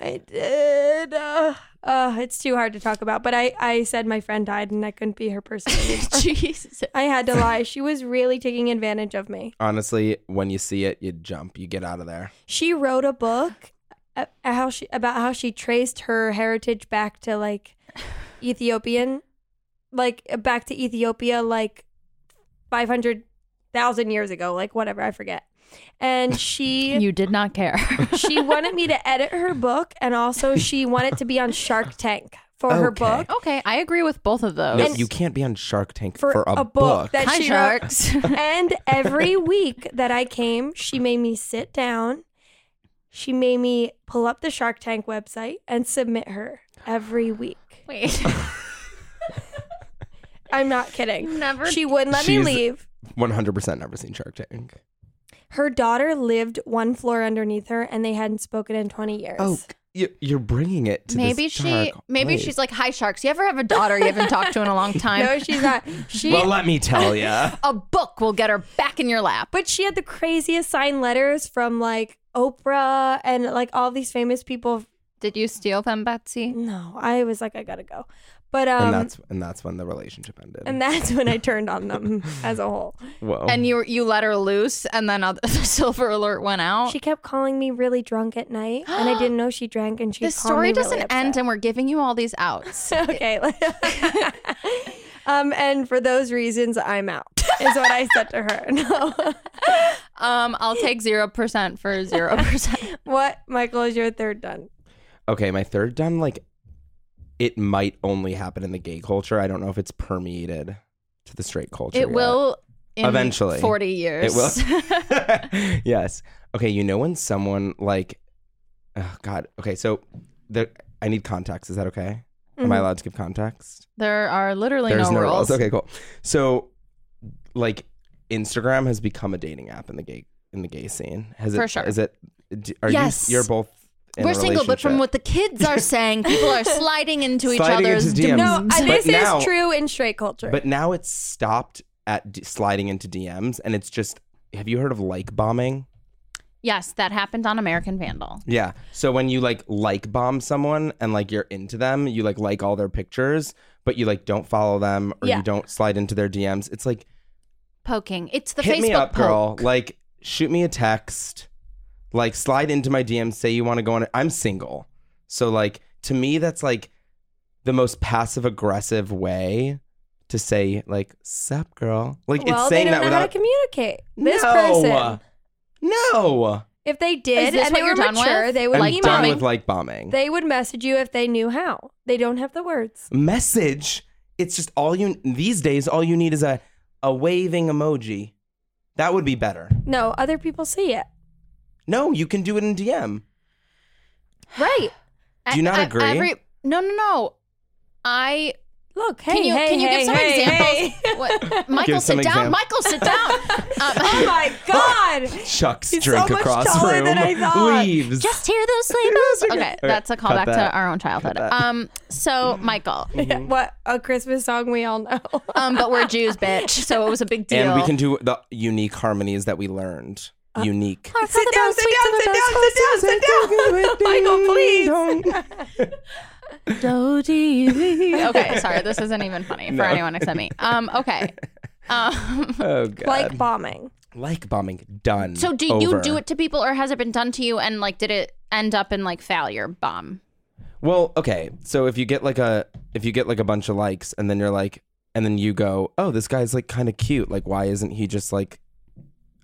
I did. Uh, uh, it's too hard to talk about, but I, I said my friend died and I couldn't be her person. anymore.
Jesus.
I had to lie. She was really taking advantage of me.
Honestly, when you see it, you jump. You get out of there.
She wrote a book a- a- how she about how she traced her heritage back to like Ethiopian, like uh, back to Ethiopia, like five hundred thousand years ago, like whatever I forget. And she
You did not care.
[LAUGHS]
she wanted me to edit her book and also she wanted to be on Shark Tank for her
Okay.
book.
okay, I agree with both of those.
No,
And-
you can't be on Shark Tank
For
for,
a book that-
Hi,
she wrote-
sharks.
[LAUGHS] And every week that I came, she made me sit down. She made me pull up the Shark Tank website and submit her every week.
[LAUGHS]
[LAUGHS]
Wait,
I'm not kidding.
never.
She wouldn't let me
She's-
leave.
100% never seen Shark Tank.
Her daughter lived one floor underneath her and they hadn't spoken in 20 years.
Oh, you- you're bringing it to this
maybe she.
dark
Maybe
place.
she's like, "Hi, sharks. You ever have a daughter you haven't talked to in a
[LAUGHS]
long time?
No, she's not. [LAUGHS] She
Well, let me tell
[LAUGHS]
you.
a book will get her back in your lap."
But she had the craziest sign letters from like Oprah and like all these famous people.
Did you steal them, Betsy?
No, I was like, I gotta go. But um,
and that's and that's when the relationship ended.
when I turned on
[LAUGHS]
them as a whole.
Whoa.
And you you let her loose, and then other, [LAUGHS] the silver alert went out.
She kept calling me really drunk at night, and I didn't know she drank. And she
this story doesn't end, and we're giving you all these
[LAUGHS]
outs.
okay. um, and for those reasons, I'm out. Is what I said to her. [LAUGHS] No.
Um, I'll take zero percent for
[LAUGHS]
zero percent.
what, Michael? Is your third done?
okay, my third done like it might only happen in the gay culture. I don't know if it's permeated to the straight culture.
It
yet.
will in
Eventually.
forty years.
It will. [LAUGHS] yes. Okay. You know when someone like, oh God. Okay. So, there. I need context. Is that okay?
Mm.
Am I allowed to give context?
[LAUGHS] there are literally no, Mm-hmm. rules.
Okay. Cool. So, like, Instagram has become a dating app in the gay in the gay scene. Has
For
it?
sure.
Is it? d- Are
Yes.
you? You're both. In
We're
a
single, but from
relationship.
what the kids
[LAUGHS]
are saying, people are sliding into each
Sliding
other's
into DMs.
No,
DMs.
I-
But
this
now-
is true in straight culture.
But now it's stopped at d- sliding into DMs, and it's just. Have you heard of like bombing?
Yes, that happened on American Vandal.
Yeah. So when you like like bomb someone and like you're into them, you like like all their pictures, but you like don't follow them or
Yeah.
you don't slide into their DMs. It's like
Poking. It's the
hit
Facebook
me up,
poke.
girl. Like shoot me a text. Like slide into my DMs. Say you want to go on. A- I'm single, so like to me that's like the most passive aggressive way to say like sup girl. Like
well,
it's saying
they don't
that
know how to
without
communicate. This
no.
person.
No,
If they did
Is this
and
what
they
you're
were
done with?
mature, they would
I'm
Like
email
done
bombing?
with like bombing.
They would message you if they knew how. They don't have the words.
message. It's just all you these days. All you need is a a waving emoji. That would be better.
No, other people see it.
No, you can do it in DM.
Right.
Do you not
I-
agree?
no, no, no. I
Look, hey,
can you
hey,
can you
hey,
give some
hey,
examples?
hey.
[LAUGHS] What, Michael,
Give some
sit down.
exam-
Michael, sit
[LAUGHS]
down.
[LAUGHS] oh
Um, [LAUGHS]
my god.
Chucks
He's
drink
so much
across
taller
room.
than I thought.
Leaves.
just hear those sleigh bells. Okay, that's a
cut
callback to
that.
our own childhood.
Cut that.
Um, so
[LAUGHS]
Michael,
What a Christmas song we all know.
Oh
um, but we're Jews, bitch. So it was a big deal.
and we can do the unique harmonies that we learned.
Uh,
unique.
sit down, sit down, sit down, sit down, sit [LAUGHS] down. Michael, please.
Do, dee, dee. [LAUGHS] Okay, sorry,
[LAUGHS]
this isn't even funny for anyone except me. Um, okay. Um,
oh god.
Like bombing.
Like bombing. Done.
so do you
Over.
do it to people, or has it been done to you? And like, did it end up in like failure bomb?
Well, okay. So if you get like a if you get like a bunch of likes and then you're like and then you go, "Oh, this guy's like kind of cute. Like why isn't he just like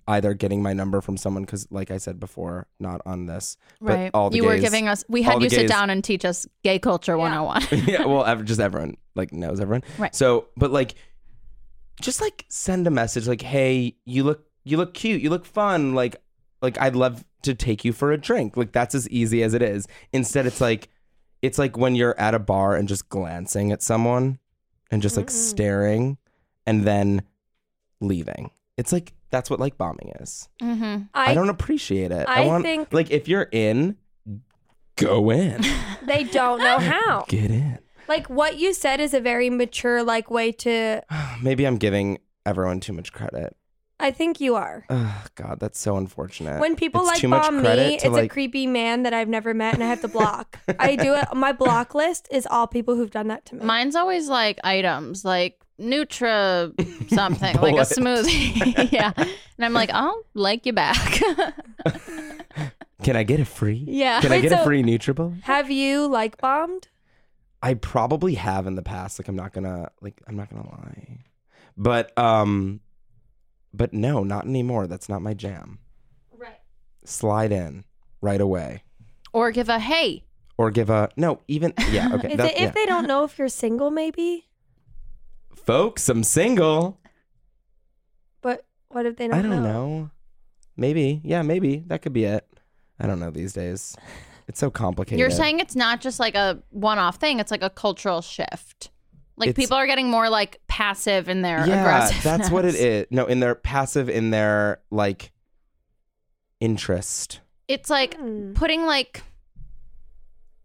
either getting my number from someone cuz like I said before, not on this." But all the
you were
gays-
giving us. We
all
had
the
you sit
gays-
down and teach us gay culture 101.
[LAUGHS] yeah, well, ev- just everyone like knows everyone.
Right.
So, but like, just like send a message like, "Hey, you look you look cute. You look fun. Like, like I'd love to take you for a drink. Like that's as easy as it is. Instead, it's like, it's like when you're at a bar and just glancing at someone, and just like staring, and then leaving. It's like that's what like bombing is.
mm-hmm.
I,
I,
don't appreciate it.
I
want
think-
like if you're in, go in,
[LAUGHS] they don't
[LAUGHS]
know how.
get in.
Like what you said is a very mature like way to
[SIGHS] Maybe I'm giving everyone too much credit.
I think you are.
Ugh, God, that's so unfortunate.
When people
Uh, It's
like
too much
bomb
credit
me,
to,
it's a
like-
creepy man that I've never met and I have to block. I do
[LAUGHS]
it. My block list is all people who've done that to me.
[LAUGHS] Mine's always like items, like
[LAUGHS]
Nutra something, like a
Bullet.
smoothie. [LAUGHS] yeah. And I'm like, I'll like you back. [LAUGHS]
Can I get a free?
Yeah.
Can I
Wait,
get a
so-
free Nutribullet?
have you like bombed?
I probably have in the past. Like I'm not gonna like I'm not gonna lie, but um, but no, not anymore. That's not my jam. Right. Slide in right away,
or give a hey.
or give a no. Even
[LAUGHS]
yeah. Okay.
If,
that-
they,
yeah.
if they don't know if you're single, maybe.
Folks, I'm single.
But what if they don't?
I don't know. Maybe yeah. Maybe that could be it. I don't know these days. It's so complicated.
You're saying it's not just like a one off thing, it's like a cultural shift. Like
It's-
people are getting more like passive in their
yeah,
aggressive.
that's
[LAUGHS]
what it is. No, in their passive, in their like interest.
[LAUGHS] It's like
Hmm.
putting like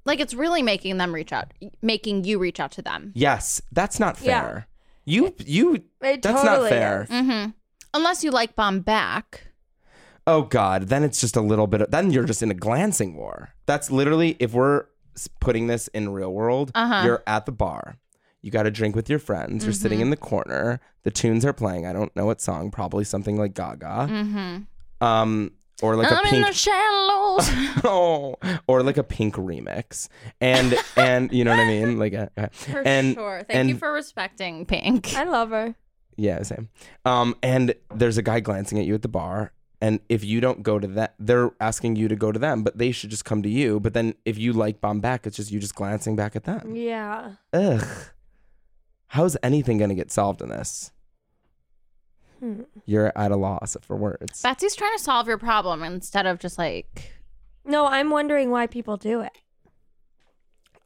like it's really making them reach out, making you reach out to them.
Yes, that's not
Yeah.
fair. You you
It
That's not
totally
fair.
is. Mm.
Mm-hmm. Unless you like bomb back.
oh god, then it's just a little bit of, then you're just in a glancing war. That's literally if we're s- putting this in real world,
Uh-huh.
you're at the bar. You got a drink with your friends. You're
Mm-hmm.
sitting in the corner. The tunes are playing. I don't know what song, probably something like Gaga.
Mm-hmm.
Mm.
Um or like
I'm
a
in
pink
the
[LAUGHS]
shallows.
oh, or like a pink remix. And and you know what I mean? Like a, a-
For
and
sure. Thank
and
you for respecting Pink.
I love her.
Yeah, same. Um, and there's a guy glancing at you at the bar, and if you don't go to that, they're asking you to go to them, but they should just come to you. But then if you like bomb back, it's just you just glancing back at them.
Yeah.
Ugh. How's anything gonna get solved in this?
Hmm.
You're at a loss for
[LAUGHS]
words.
Betsy's trying to solve your problem instead of just like.
No, I'm wondering why people do it.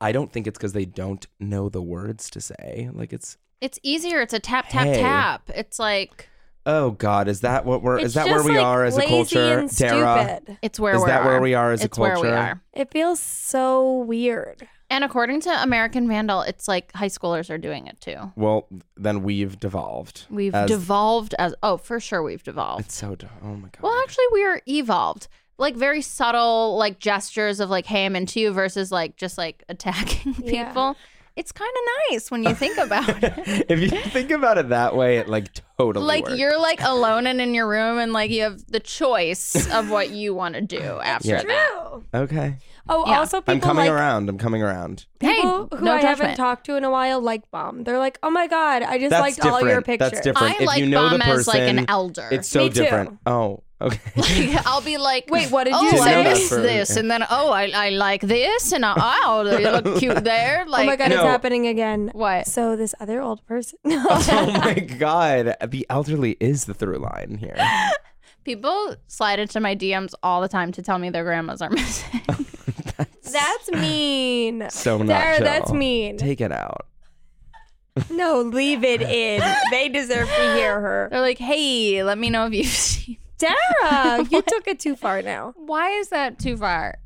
I don't think it's because they don't know the words to say. Like it's,
It's easier. It's a tap, tap,
Hey.
tap. It's like.
oh God, is that what we're? is
It's
that where
just,
we
like,
are as a
lazy
culture,
and
Dara?
Stupid.
It's where
Is
we are.
that where we are as a
it's where
culture?
we are.
It feels so weird.
And according to American Vandal, it's like high schoolers are doing it too.
Well, then we've devolved.
We've
as-
devolved as. Oh, for sure we've devolved.
It's so. d- Oh my God.
Well, actually, we are evolved. Like very subtle, like gestures of like, "Hey, I'm into you," versus like just like [LAUGHS] attacking people.
Yeah.
It's kind of nice when you think
[LAUGHS]
about it.
if you think about it that way, it like totally
like
works.
you're like alone and in your room, and like you have the choice of what you want to do after [LAUGHS]
[LAUGHS] Yeah.
that.
okay.
Oh,
Yeah.
also people
I'm coming
like
around. I'm coming around.
Hey,
people who
no
I
judgment.
haven't talked to in a while like bomb. They're like, oh my god, I just
That's
liked
different.
all your pictures.
That's different.
I
if
like
you know
bomb
the person,
as, like, an elder.
It's so
Me too.
different. Oh,
[LAUGHS]
okay. [LAUGHS]
Like, I'll be like,
Wait, what did
oh,
you
I
say?
miss
Yeah.
this, and then oh, I, I like this, and I, oh, you look cute there.
[LAUGHS]
Like,
oh my god,
No.
it's happening again.
What?
So this other old
[LAUGHS]
person. [LAUGHS]
oh my god, the elderly is the through line here.
people slide into my DMs all the time to tell me their grandmas are [LAUGHS] missing.
that's mean.
So not
Dara,
chill.
that's mean.
Take it out.
No, leave it in. They deserve to hear her.
[LAUGHS] They're like, hey, let me know if you've [LAUGHS] seen.
Dara, you took it too far now.
Why is that too far?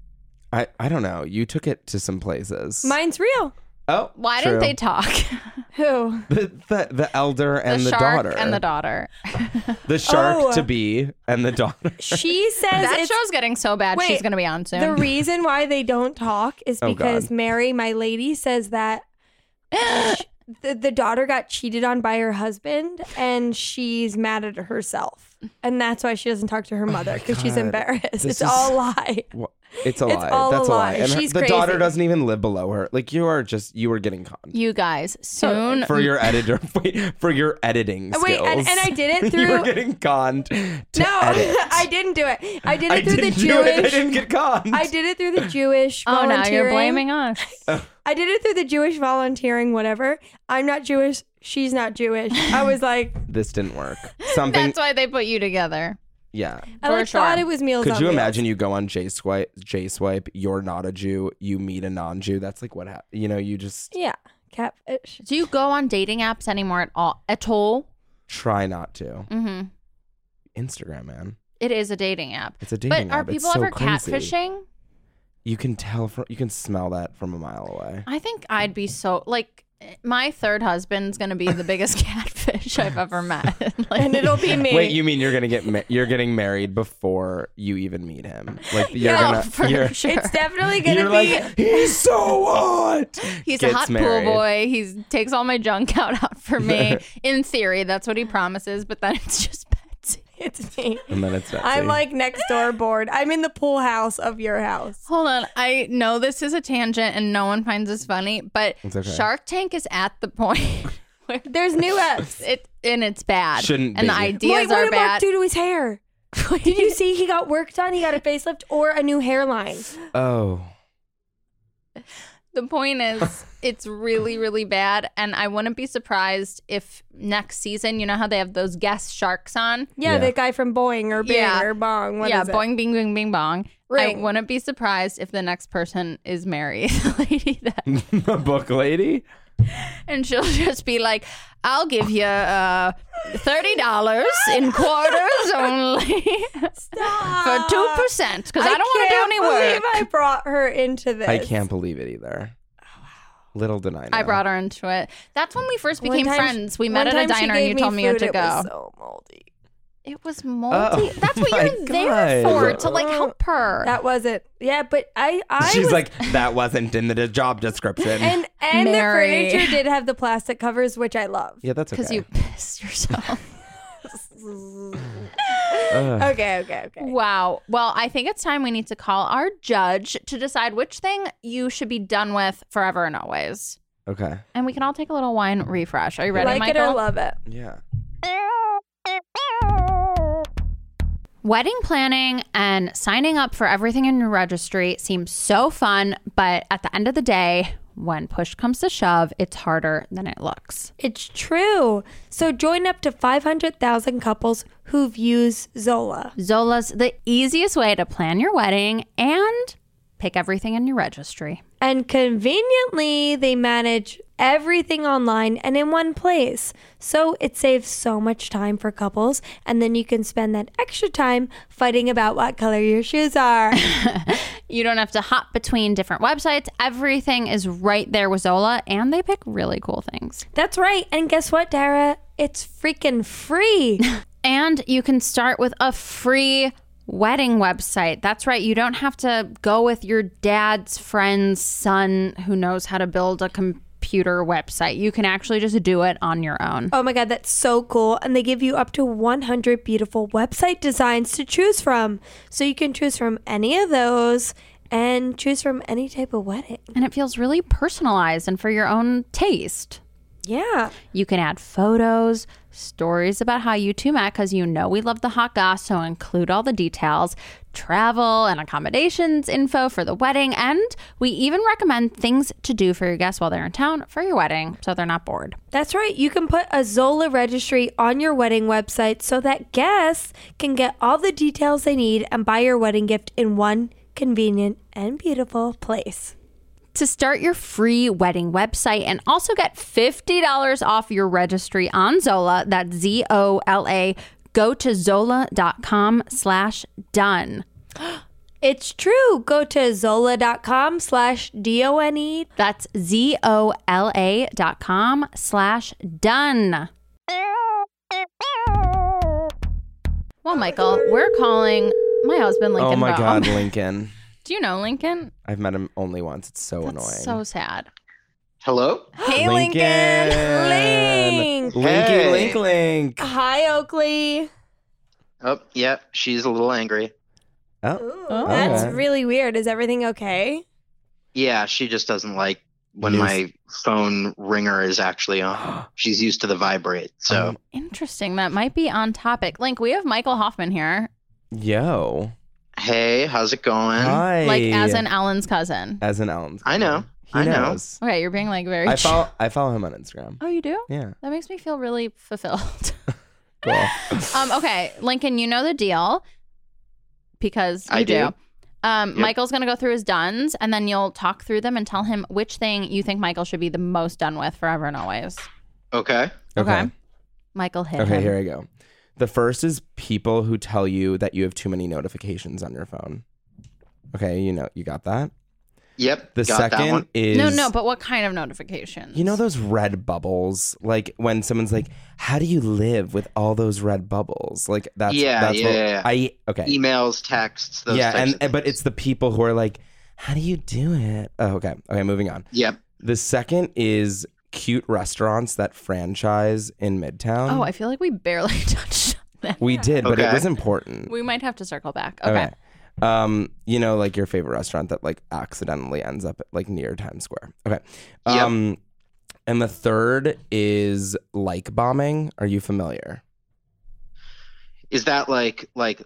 I, I don't know. You took it to some places.
Mine's real.
oh,
Why
true.
didn't they talk? [LAUGHS]
Who?
[LAUGHS] the, the the elder and the,
shark
daughter
and the daughter.
the shark
Oh.
to be and the
[LAUGHS]
daughter.
She says
That
it's
show's getting so bad.
Wait,
she's gonna be on soon.
The reason why they don't talk is
Oh,
because
God.
Mary, my lady, says
[GASPS]
that sh- the, the daughter got cheated on by her husband and she's mad at herself. And that's why she doesn't talk to her mother because she's
Oh, God.
embarrassed.
This
it's
is-
all a lie.
Wha- It's a
It's
lie.
all a
That's a lie.
lie.
And her-
She's
the daughter
crazy.
doesn't even live below her. Like you are just you are getting conned.
you guys soon.
for your editor [LAUGHS] wait, for your editing
Uh,
skills.
wait, and- and I did it
[LAUGHS] you were
through-
getting conned. To
No, [LAUGHS]
edit.
I didn't do it. I did it
I
through the
didn't do it. I
Jewish.
didn't get conned.
I did it through the Jewish.
oh,
volunteering.
now you're blaming [LAUGHS] us.
I did it through the Jewish volunteering. Whatever. I'm not Jewish. She's not Jewish. I was like,
This
[LAUGHS]
didn't work. Something.
That's why they put you together.
yeah.
I
For
like,
sure.
thought it was meals.
Could
on
you
Wheels.
imagine you go on J swipe? J swipe. You're not a Jew. You meet a non-Jew. That's like what happened. You know. You just
Yeah, catfish.
Do you go on dating apps anymore at all? At all?
try not to.
Mm-hmm.
Instagram, man.
It is a dating app.
It's a dating
But
app.
are
It's
people
so
ever
crazy.
catfishing?
You can tell from. You can smell that from a mile away.
I think I'd be so like my third husband's gonna be the biggest [LAUGHS] catfish. fish I've ever met. [LAUGHS] Like,
and it'll be me.
Wait, you mean you're gonna get ma- you're getting married before you even meet him? Like [LAUGHS] you're
no,
gonna
for
you're,
[LAUGHS]
sure.
It's definitely gonna
you're
be. [LAUGHS]
like he's so hot.
He's a
Gets
hot
married.
pool boy. He takes all my junk [LAUGHS] out, out for
[LAUGHS]
me. In theory, that's what he promises, but then it's just [LAUGHS] Betsy.
it's me.
And then it's Betsy.
I'm like next door bored. I'm in the pool house of your house.
Hold on. I know this is a tangent and no one finds this funny, but
It's okay.
Shark Tank is at the point [LAUGHS] where
There's
[LAUGHS]
new apps.
it and it's bad.
Shouldn't
and the
be.
ideas
Wait, what
are
did Mark
bad.
do to his hair?
[LAUGHS]
Did you see he got work done? He got a facelift or a new hairline.
oh, [LAUGHS]
The point [LAUGHS] is, it's really, really bad. And I wouldn't be surprised if next season, you know how they have those guest sharks on?
Yeah,
Yeah.
the guy from Boeing or Bing
Yeah.
or Bong. What
yeah,
is it?
boing, bing, bing, bing, bong.
Right.
I wouldn't be surprised if the next person is Mary, [LAUGHS] the lady
[LAUGHS]
that,
the book lady.
and she'll just be like, "I'll give you uh, thirty dollars
[LAUGHS]
in quarters only for two percent because I, don't want
Uh,
to do
can't
any
believe
work."
Ah, I brought her into this.
I can't believe it either. Little did I know.
I brought her into it. That's when we first
One
became
time she-
friends. We
one
met at a
time she
diner, and
gave
you told me where
food,
to
it
go.
was so moldy.
It was moldy. That's what
Oh [LAUGHS] my
you're there
God. Oh.
for to like help her.
That wasn't. Yeah, but I. I
She's
was,
like that wasn't in the d- job
[LAUGHS]
description.
and and
Mary.
the furniture did have the plastic covers, which I love.
[LAUGHS]
yeah, that's [LAUGHS] okay.
because you pissed yourself.
Ugh.
Okay, okay, okay.
[LAUGHS] wow. Well, I think it's time we need to call our judge to decide which thing you should be done with forever and always.
Okay.
And we can all take a little wine refresh. Are you ready,
like
Michael?
it or love it.
Yeah.
Wedding planning and signing up for everything in your registry seems so fun, but at the end of the day, when push comes to shove, it's harder than it looks.
It's true. So join up to 500,000 couples who've used Zola.
Zola's the easiest way to plan your wedding and pick everything in your registry.
And conveniently, they manage everything online and in one place. So it saves so much time for couples. And then you can spend that extra time fighting about what color your shoes [LAUGHS] are.
You don't have to hop between different websites. Everything is right there with Zola, and they pick really cool things.
That's right. And guess what, Dara? It's freaking free.
And you can start with a free wedding website. That's right. You don't have to go with your dad's friend's son who knows how to build a computer website. You can actually just do it on your own.
Oh my God, that's so cool. And they give you up to 100 beautiful website designs to choose from. So you can choose from any of those and choose from any type of wedding.
And it feels really personalized and for your own taste.
Yeah.
You can add photos, stories about how you two met, because you know we love the hot goss, so include all the details, travel and accommodations info for the wedding, and we even recommend things to do for your guests while they're in town for your wedding so they're not bored.
That's right. You can put a Zola registry on your wedding website so that guests can get all the details they need and buy your wedding gift in one convenient and beautiful place.
To start your free wedding website and also get $50 off your registry on Zola, that's Z O L A, go to zola.com slash done.
It's true. Go to zola.com slash D-O-N-E.
That's Z O L A dot com slash done. Well, Michael, we're calling my husband Lincoln.
oh my
Bone.
God, Lincoln.
Do you know Lincoln?
I've met him only once. It's so
That's so
annoying.
sad.
Hello?
Hey, Lincoln. Link.
Lincoln. Linky
Hey.
Link Link.
Hi, Oakley.
Oh, yeah, she's a little angry.
Oh,
That's
okay.
really weird. Is everything okay?
Yeah, she just doesn't like when
Yes.
my phone ringer is actually
[GASPS]
on. She's used to the vibrate. So,
Um,
Interesting. That might be on topic. Link, we have Michael Hoffman here,
yo.
hey, how's it going?
Hi.
like as an Ellen's cousin.
as an Ellen's.
I know.
He
I know.
knows.
Okay, you're being like very. [LAUGHS]
I follow. I follow him on Instagram.
oh, you do?
Yeah.
That makes me feel really fulfilled. [LAUGHS]
Cool.
um, okay, Lincoln, you know the deal because you
I do.
Um,
Yep.
Michael's gonna go through his duns, and then you'll talk through them and tell him which thing you think Michael should be the most done with forever and always.
Okay.
Okay.
Okay.
Michael hit
Okay.
him.
Here I go. The first is people who tell you that you have too many notifications on your phone. Okay, you know, you got that.
Yep.
The
got that
second
one.
is
no, no, but what kind of notifications?
You know those red bubbles, like when someone's like, "How do you live with all those red bubbles?" Like that's
Yeah,
that's
yeah,
what
yeah, yeah.
I e, okay.
emails, texts, those
yeah,
types
and,
of
and- but
things.
it's the people who are like, "How do you do it?" Oh, okay, okay, moving on.
Yep.
The second is cute restaurants that franchise in Midtown.
Oh, I feel like we barely [LAUGHS] touched on that.
we did, but it
Okay.
was important.
We might have to circle back. Okay.
okay. Um, you know, like your favorite restaurant that like accidentally ends up at, like near Times Square. Okay.
Yep.
Um, and the third is like bombing. Are you familiar?
Is that like like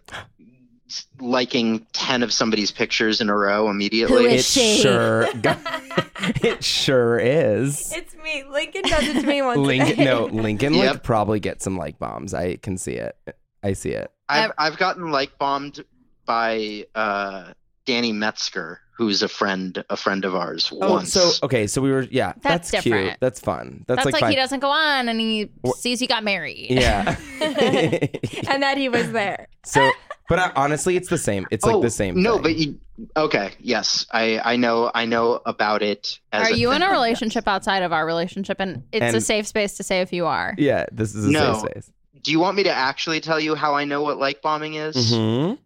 s- liking ten of somebody's pictures in a row immediately?
is
it sure
[LAUGHS]
[LAUGHS] it sure is
It's me. Lincoln does it to me once. a
lincoln
day.
no lincoln like
Yep.
probably get some like bombs i can see it i see it
I've I've gotten like bombed by uh, Danny Metzger, who's a friend a friend of ours
oh
once.
so okay so we were yeah
That's
that's, cute
different.
that's fun that's,
That's, like,
fine.
he doesn't go on and he
Wha-
sees you got married. [LAUGHS]
yeah
[LAUGHS]
[LAUGHS]
and that he was there.
so but I, honestly it's the same it's like
Oh,
the same
No,
thing.
but you okay, yes. I I know I know about it as
Are
a [LAUGHS]
you in a
thing.
relationship outside of our relationship? And it's a
And-
safe space to say if you are.
yeah this is a
No.
safe space
Do you want me to actually tell you how I know what like bombing is?
Mhm.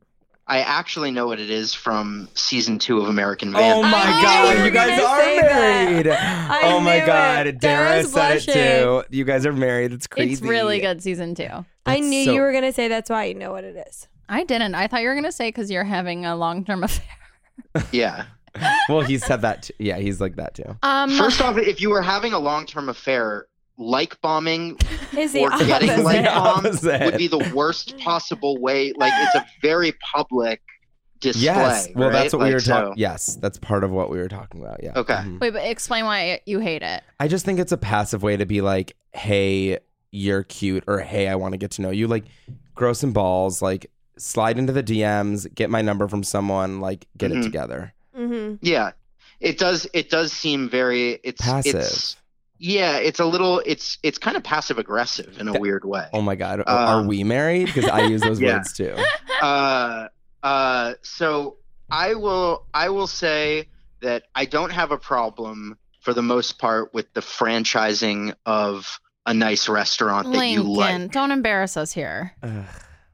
I actually know what it is from season two of American
oh
Vandal.
my
I knew you
god
were
you guys
gonna
are
say that.
married oh
knew
my
it.
god dara
Dara's
said it too
blushing.
you guys are married it's crazy
It's really good season two.
I
That's
knew
so-
you were gonna say that's why you know what it is.
I didn't. I thought you were going to say because you're having a long term [LAUGHS] affair.
Yeah.
[LAUGHS] well he said that too. yeah he's like that too
Um,
First off, if you were having a long term affair, like bombing
Is the
or getting
opposite.
The
like bombed
opposite.
would be the worst possible way. Like it's a very public display.
Yes. Well, that's
right?
what we
Like,
were talking.
so-
Yes, that's part of what we were talking about. Yeah.
Okay.
Mhm.
wait, but explain why you hate it.
I just think it's a passive way to be like, "Hey, you're cute," or "Hey, I want to get to know you." Like, grow some balls. Like, slide into the DMs, get my number from someone. Like, get it
Mhm.
together.
Mhm.
Yeah. It does it does seem very it's
Passive.
it's yeah, it's a little it's it's kind of passive aggressive in a
Th-
weird way.
oh my god, are
Um,
we married? Because I use those
[LAUGHS] Yeah.
words too.
uh, uh, so I will I will say that I don't have a problem for the most part with the franchising of a nice restaurant that you
Lincoln,
like.
don't embarrass us here.
Ugh.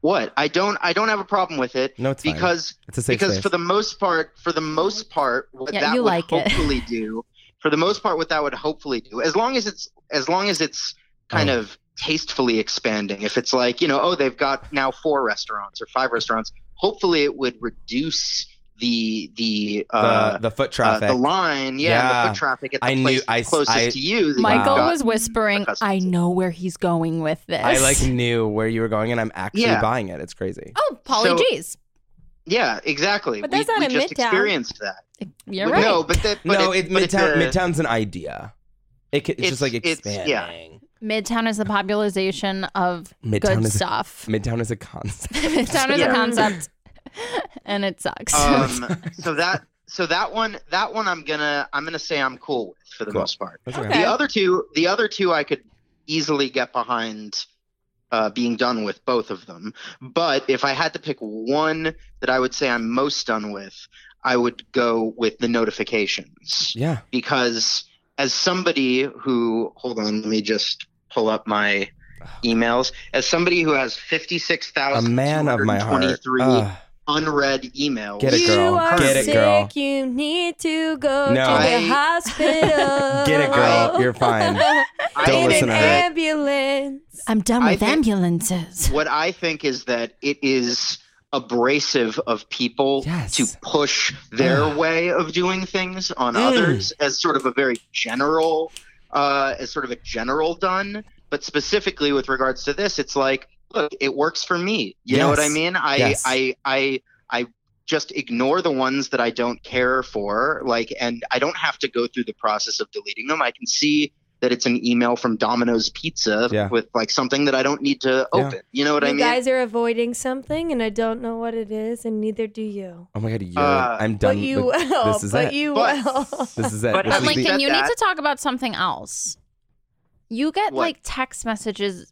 What I don't I don't have a problem with it
No, it's fine.
because
it's a safe
because
space.
for the most part for the most part what
Yeah,
that
you
would
like it.
hopefully do for the most part what that would hopefully do as long as it's as long as it's kind
Oh.
of tastefully expanding if it's like you know oh they've got now four restaurants or five restaurants hopefully it would reduce the the
the,
uh
the foot
uh,
traffic.
the line yeah, and
Yeah.
the foot traffic at the
I knew-
place
I-
closest
I-
to you that
Michael
you've got.
was whispering, I know where he's going with this.
I like knew where you were going, and I'm actually
Yeah.
buying it. It's crazy.
Oh, Polly
So-
G's.
yeah exactly
But
we,
that's not
we
in
just
Midtown.
experienced that
You're
We-
right.
no but that but
no,
it,
it,
but it's
Midtown.
a-
Midtown's an idea. It, c- it's,
It's-
just like
it's-
expanding.
yeah.
Midtown is the popularization of
Midtown
good
is a- [LAUGHS]
stuff. [LAUGHS]
Midtown is a
[LAUGHS]
concept.
Midtown is a
Yeah.
concept, [LAUGHS] and it
[LAUGHS]
sucks.
um, so that so that one that one I'm gonna I'm gonna say I'm cool with for the
Cool.
most part.
That's
Okay.
The other two the other two I could easily get behind uh, being done with both of them. But if I had to pick one that I would say I'm most done with, I would go with the notifications
Yeah.
because as somebody who hold on let me just pull up my emails as somebody who has
A
fifty-six thousand
man of my heart. Ugh.
unread emails
Get it,
you
girl.
are
Get it,
sick.
girl.
You need to go
No.
to the
I-
hospital.
Get
[LAUGHS]
it, girl. You're fine.
I
Don't
In
listen
an
to her.
ambulance.
[LAUGHS] I'm done
I
with
think- [LAUGHS]
ambulances.
[LAUGHS]
what I think is that it is abrasive of people
Yes.
to push their way of doing things on others as sort of a very general uh, as sort of a general done but specifically with regards to this it's like look it works for me you know what i
Yes.
mean i
Yes.
i i i just ignore the ones that i don't care for like and i don't have to go through the process of deleting them i can see that it's an email from domino's pizza
Yeah.
with like something that i don't need to
Yeah.
open you know what
you
i mean
guys are avoiding something, and I don't know what it is, and neither do you.
Oh my god, you're
Uh,
I'm done.
but you [LAUGHS]
with-
will.
This is
but
it.
you
But-
will. [LAUGHS]
This is it.
But
This
But
is the-
Lincoln, you need
that-
to talk about something else. You get
What?
like text messages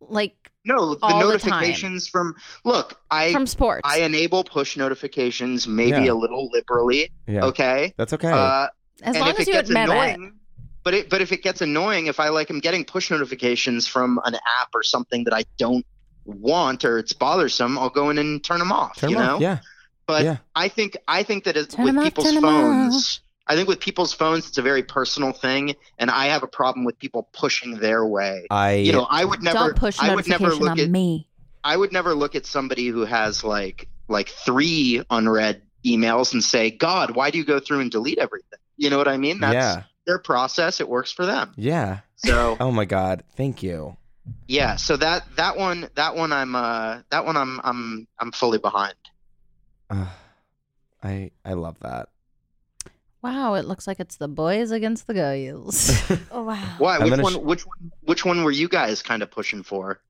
like
No, the
All the time.
notifications from look, I
from sports.
I enable push notifications maybe
Yeah.
a little liberally.
Yeah.
Okay.
That's okay.
Uh,
as
and
long
if
as
it
you
gets
admit it.
annoying, But it, but if it gets annoying, if I like am getting push notifications from an app or something that I don't want or it's bothersome, I'll go in and turn them off.
Turn
you
'em
know.
off. Yeah.
But
yeah.
I think I think that is,
Turn 'em
with
off,
people's
turn 'em
phones, I think with people's phones, it's a very personal thing, and I have a problem with people pushing their way.
I
You know, I would never,
Don't push
I would
notification
never look
on
at,
me.
I would never look at somebody who has like like three unread emails and say, God, why do you go through and delete everything? You know what I mean? That's
Yeah.
their process. It works for them.
Yeah. [LAUGHS]
So
Oh my god. Thank you.
yeah, so that that one that one I'm uh that one I'm I'm I'm fully behind.
Uh, I I love
[LAUGHS]
that.
Wow, it looks like it's the boys against the girls. [LAUGHS]
Oh, wow.
Why?
I'm
Which
gonna
one?
sh-
which one? Which one were you guys kind of pushing for?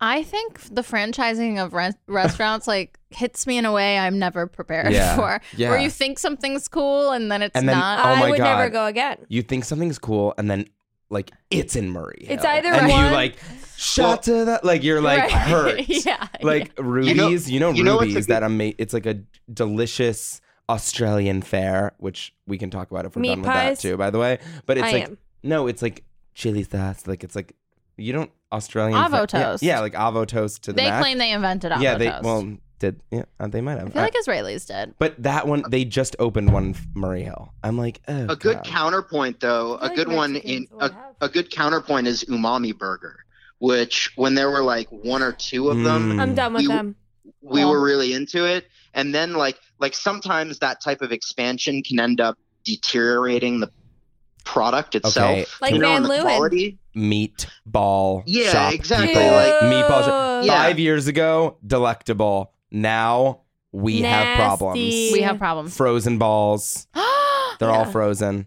I think the franchising of res- restaurants like hits me in a way I'm never prepared
Yeah.
for.
Yeah.
Where you think something's cool and then it's
And then-
not.
Oh
I
my
would never
God.
go again.
You think something's cool, and then like it's in Murray.
It's
Hill.
either
and
one-
you like shot to that. Like you're
[LAUGHS]
like
Right.
hurt.
yeah.
Like
You know-
Ruby's, you know,
you know what's a
Ruby's
good-
that ama- it's like a delicious Australian fare, which we can talk about if we're
Meat
done with
pies?
that too, by the way. But it's
I
like
am.
no, it's like chili sauce. Like it's like you don't Australian
Avo
fare- yeah,
toast.
Yeah, like avo toast to the
[LAUGHS] they
mac.
claim they invented avocado.
yeah, they well did yeah uh, they might have.
I feel
Uh,
like Israelis did.
but that one they just opened one in Murray Hill. I'm like, oh,
a good
God.
counterpoint though
I feel
a
like
good one in
Mexicans
a,
would have.
a good counterpoint is umami burger which when there were like one or two of them
Mm.
I'm done with
You-
them.
we
Yeah.
were really into it and then like like sometimes that type of expansion can end up deteriorating the product itself
Okay.
Like
you know,
Van
and the
Leeuwen.
quality.
meatball
Yeah,
shop
exactly,
people.
like-
meatball shop.
Ew.
Yeah.
Five years ago, delectable. Now we have problems.
Nasty.
We have problems. [GASPS]
Frozen balls. They're all frozen.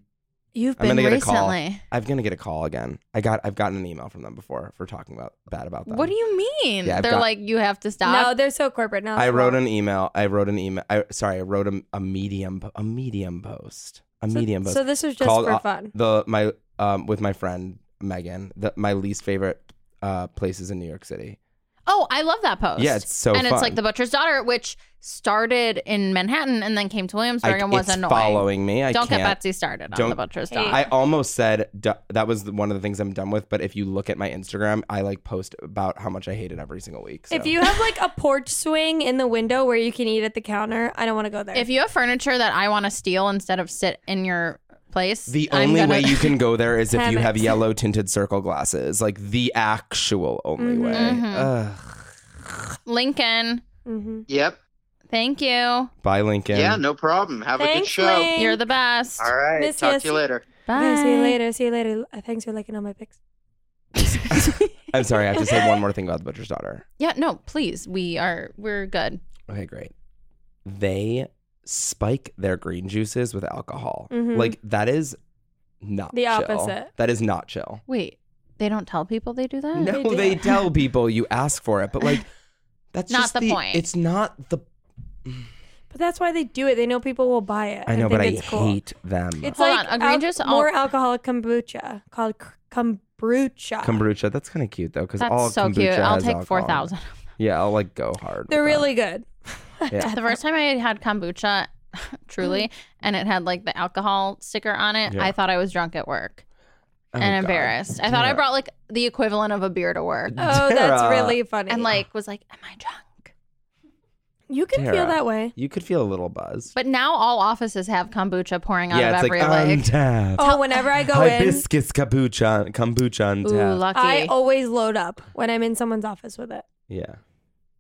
You've
I'm
been
gonna get a call.
recently.
I'm gonna get a call again. I got I've gotten an email from them before for talking about bad about them.
What do you mean?
Yeah, I've
They're
got-
like you have to
No,
stop.
they're so corporate now.
I wrote an email. I wrote an email. I sorry, I wrote a, a medium a medium post. A
so,
medium post.
So this was just
Called
for
up-
fun.
the my um with my friend Megan, the, my least favorite uh places in New York City.
oh, I love that post.
Yeah, it's so
and
fun.
it's like the butcher's daughter, which started in Manhattan and then came to Williamsburg
I,
and was
it's
annoying.
following me. I
don't
can't.
get Betsy started on
Don't-
the butcher's
Hey.
daughter.
I almost said d- that was one of the things I'm done with. But if you look at my Instagram, I like post about how much I hate it every single week. so.
If you have like a porch swing in the window where you can eat at the counter, I don't want to go there.
If you have furniture that I want to steal instead of sit in your place,
the
I'm
only
gonna-
way you can go there is if
Have
you
it.
have yellow tinted circle glasses, like the actual only
Mm-hmm.
way.
Mm-hmm.
Ugh.
[LAUGHS] Lincoln.
hmm
yep
Thank you.
Bye, Lincoln.
yeah no problem have a good
Thanks,
show
Link.
You're the best.
all right
Miss
talk
you.
to you later
Okay, see you
Bye.
later. See you later. Uh, Thanks for liking all my pics. [LAUGHS]
I'm sorry. I have to say one more thing about the butcher's daughter.
[LAUGHS] Yeah, no, please. We are we're good.
Okay, great. They spike their green juices with alcohol.
Mhm.
Like that is not
The
chill.
opposite.
That is not chill.
Wait, they don't tell people they do that?
No,
do. [LAUGHS]
they tell people you ask for it, but like that's
Not
just
the point.
It's not the.
But that's why they do it. They know people will buy it.
I
and
know, but I
think it's cool.
hate them.
It's
Hold
like
on, a green
al-
juice al-
more alcoholic kombucha called k- kombucha.
kombucha. That's kind of cute though, because
That's
all
so
kombucha
cute. I'll
has
take
alcohol.
four thousand.
Yeah, I'll like go hard.
They're
with that.
really good. [LAUGHS]
The
[LAUGHS]
first time I had kombucha, [LAUGHS] truly, and it had like the alcohol sticker on it,
Yeah.
I thought I was drunk at work
Oh,
and
God.
embarrassed. I thought I
[LAUGHS]
brought like the equivalent of a beer to work
Oh, that's
Tara.
really funny.
and like was like, Am I drunk?
you can
Tara.
feel that way.
You could feel a little buzz.
But now all offices have kombucha pouring out
yeah,
of
it's
every
like
like.
untapped.
Oh, whenever I go in,
Hibiscus kombucha, kombucha
Ooh,
untapped.
lucky.
I always load up when I'm in someone's office with it,
yeah,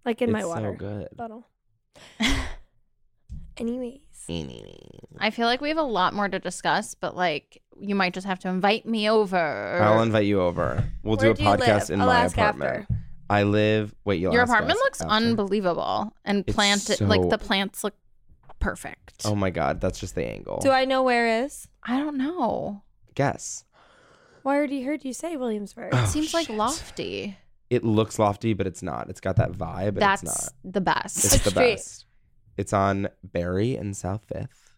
like in
it's
my water
so good.
[LAUGHS]
bottle. Anyways,
I feel like we have a lot more to discuss, but like you might just have to invite me over.
I'll invite you over. We'll
Where
do
do
a
you
podcast
live?
in
I'll
my
ask
apartment. I live. Wait, you'll
Your
ask
apartment
us
looks
after.
unbelievable and
It's
planted like
so-
the plants look perfect.
Oh my god, that's just the angle.
do I know where is?
I don't know.
guess?
Why already heard you say Williamsburg?
Oh.
It seems like lofty.
It looks lofty, but it's not. It's got that vibe. But
That's
it's
[LAUGHS]
not.
the best.
It's the
street.
best. It's on Barry and South Fifth.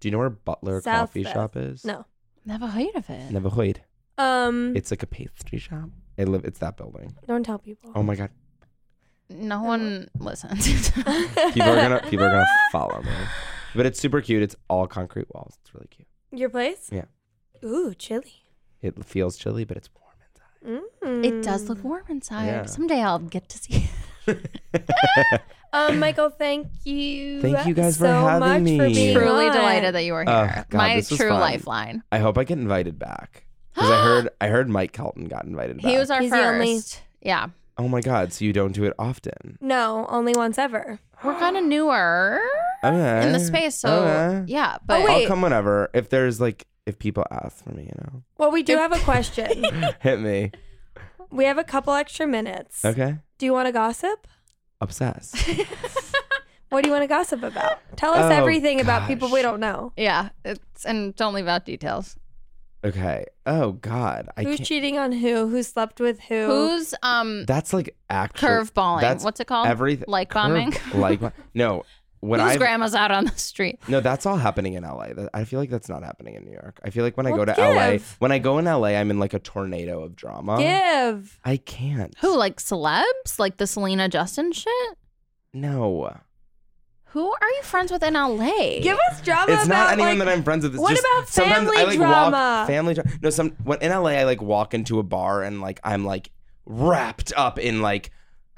Do you know where Butler
South
Coffee
Fifth.
Shop
[SIGHS]
is?
No.
Never heard of it.
never heard.
Um.
It's like a pastry shop. They live. It's that building.
Don't tell people.
Oh my god.
No one listens. [LAUGHS]
People are gonna people
[LAUGHS]
are gonna follow me. But it's super cute. It's all concrete walls. It's really cute.
Your place?
Yeah.
Ooh, chilly.
It feels chilly, but it's warm inside.
Mm.
it does look warm inside.
Yeah.
Someday I'll get to
[LAUGHS]
see.
Um, Michael, thank you.
Thank you guys for
so
having
much For
me.
being
Truly
on.
delighted that you were
Oh,
here.
God,
My
this was
true
fun.
lifeline.
I hope I get invited back because I heard I heard Mike Kelton got invited back.
He was our
He's the
first.
only-
Yeah.
oh my god! So you don't do it often.
No, only once ever.
We're kind of newer
Okay.
in the space. So,
Eh. Okay.
yeah. But
Oh, wait.
I'll come whenever if there's like if people ask for me, you
Well, we do have a
[LAUGHS]
question.
know, hit me.
we have a couple extra minutes.
Okay,
Do you want to gossip?
[LAUGHS]
obsessed.
What do you want to gossip about? Tell us
Oh,
everything about
gosh.
people we don't know.
yeah. It's, and don't leave out details.
Okay. Oh god, I
Who's
can't.
cheating on who? Who slept with who?
Who's um
That's like actual
curveballing?
That's
What's it called?
everything.
Like
curve-
bombing?
Like
[LAUGHS]
no. What
Whose
I
grandma's out on the street?
No, that's all happening in LA. That- I feel like that's not happening in New York. I feel like when I
Well,
go to LA,
give.
when I go in LA, I'm in like a tornado of drama.
Give.
I can't.
Who like celebs? Like the Selena Justin shit?
No.
Who are you friends with in LA?
Give us drama
It's
about
not anyone
like,
that I'm friends with. It's
what
just
about
sometimes I,
family
like,
drama?
Walk, family drama. No, some when in LA, I like walk into a bar and like I'm like wrapped up in like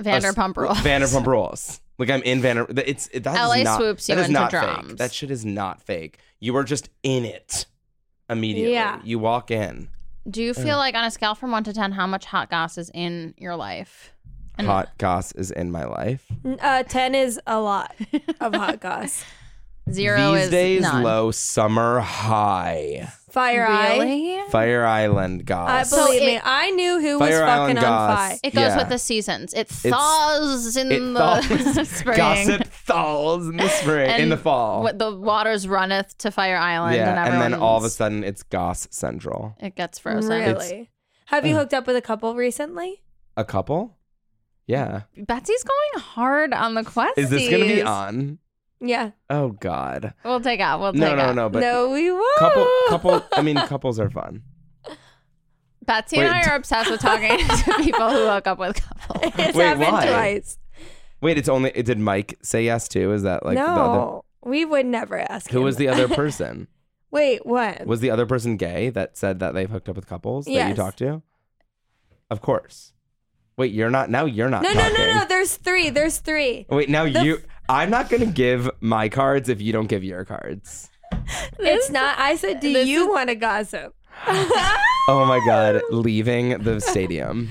a s-
Vanderpump Rules.
Vanderpump Rules. Like I'm in Vander. th- It's it, that is
LA
not,
swoops
that
you
is
into
not
drums.
Fake. That shit is not fake. You are just in it immediately.
Yeah.
You walk in.
Do you feel like on a scale from one to ten, how much hot goss is in your life? And-
Hot goss is in my life.
Uh, 10 is a lot of
[LAUGHS]
hot goss.
Zero
These
is
days,
none.
low, summer high.
Fire eye.
Really?
Fire Island
I
goss.
believe me.
it-
I knew who was
Fire
fucking
Island
on fire.
goss.
It goes
Yeah.
with the seasons. It thaws in
It
the [LAUGHS]
thaws.
spring.
Gossip
[LAUGHS]
thaws in the spring, in
And
the fall.
What the waters runneth to Fire Island,
yeah,
and
and,
everyone
then all of a sudden it's Goss Central.
it gets frozen.
Really? Have
uh,
you hooked up with a couple recently?
A couple? Yeah.
Betsy's going hard on the quest.
Is this gonna be on?
Yeah.
Oh God.
We'll take out. We'll take
No, no,
out.
no. But
no, we won't.
couple, couple.
[LAUGHS]
I [LAUGHS] mean, couples are fun.
Betsy and
Wait,
I are obsessed with talking [LAUGHS] to people who hook up with couples.
It's [LAUGHS]
Wait,
happened
why?
twice.
Wait, it's only. Did Mike say yes too? Is that like the other?
no, we would never ask.
Who
him
was the
that.
[LAUGHS]
other person?
Wait, what?
Was the other person gay that said that they've hooked up with couples that you
Yes.
talked to? Of course. Wait, you're not now you're [LAUGHS] not
no, no,
talking.
no, no. There's three. There's three.
Wait, now
The
you
f-
I'm not gonna give my cards if you don't give your cards.
It's not. I said, do
this
you
is-
want to gossip?
Oh my
[LAUGHS]
god, leaving the stadium.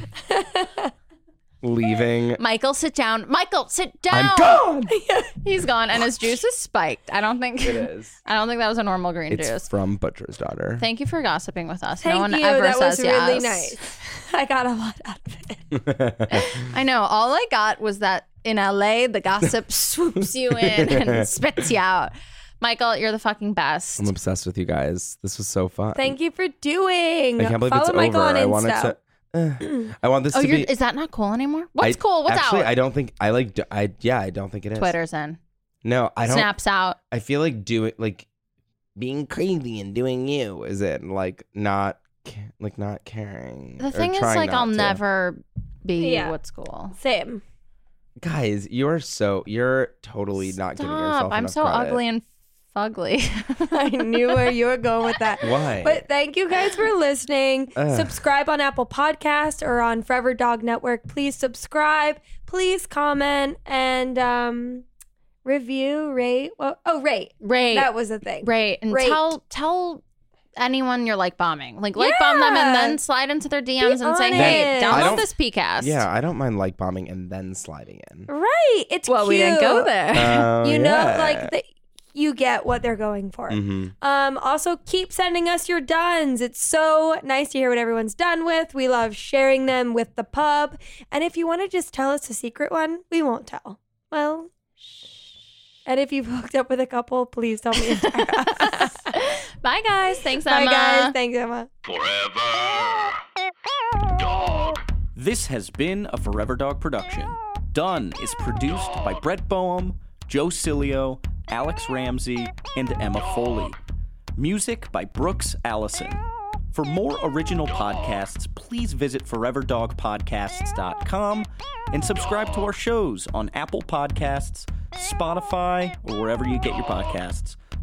leaving
Michael, sit down. Michael, sit down.
I'm
[LAUGHS]
gone.
He's gone, and his juice is spiked. I don't think
It is.
I don't think that was a normal green
It's
juice.
from Butcher's daughter.
Thank you for gossiping with us.
Thank
no one
you.
ever
that
says
was really
yes.
nice. [LAUGHS] I got a lot out of it.
[LAUGHS]
I know. All I got was that in LA, the
[LAUGHS]
gossip swoops you in and spits you out. Michael, you're the fucking best.
I'm obsessed with you guys. This was so fun.
Thank you for doing.
I can't believe
Follow
it's
Michael on
over.
Insta.
I wanted to Ugh. [CLEARS THROAT] I want this
Oh,
to
you're,
be
is that not cool anymore? What's
I-
cool? What's
actually,
out?
I don't think I like. d- I yeah, I don't think it is.
Twitter's in.
No, I don't.
Snaps out.
I feel like doing like being crazy and doing you is it and, like not ca- like not caring.
The
or
thing is,
trying
like,
not
I'll
to.
never be
Yeah.
what's cool.
Same. [LAUGHS]
Guys, you're so you're totally not giving yourself.
Stop. I'm
enough
so
credit.
ugly and
[LAUGHS]
fugly. [LAUGHS]
I knew where you were going with
[LAUGHS]
that.
Why?
But thank you guys
[LAUGHS]
for listening.
Uh.
Ugh.
Subscribe on Apple Podcast or on Forever Dog Network. Please subscribe. Please comment and um, review, rate. Well, oh, rate.
Right.
That was a thing.
Right. And
Right.
tell tell anyone you're like bombing. Like like bomb them and
Yeah.
then slide into their DMs and say,
on
hey,
it.
I
download
don't-
this PCast.
yeah, I don't mind like bombing and then sliding
[LAUGHS]
in.
Right. It's
Well, we didn't go
cute.
there.
Oh,
You know,
yeah.
like the, you get what they're going for.
Mhm.
Um, also, keep sending us your duns. It's so nice to hear what everyone's done with. We love sharing them with the pub. And if you want to just tell us a secret one, we won't tell. Well, and if you've [LAUGHS] hooked up with a couple, please tell me.
Uh,
[LAUGHS] Bye guys. Thanks,
Bye,
Emma.
guys. Thanks, Emma.
This has been a Forever Dog production. Done is produced by Brett Boehm, Joe Cilio, Alex Ramsey, and Emma Foley. Music by Brooks Allison. For more original podcasts, please visit foreverdogpodcasts.com and subscribe to our shows on Apple Podcasts, Spotify, or wherever you get your podcasts.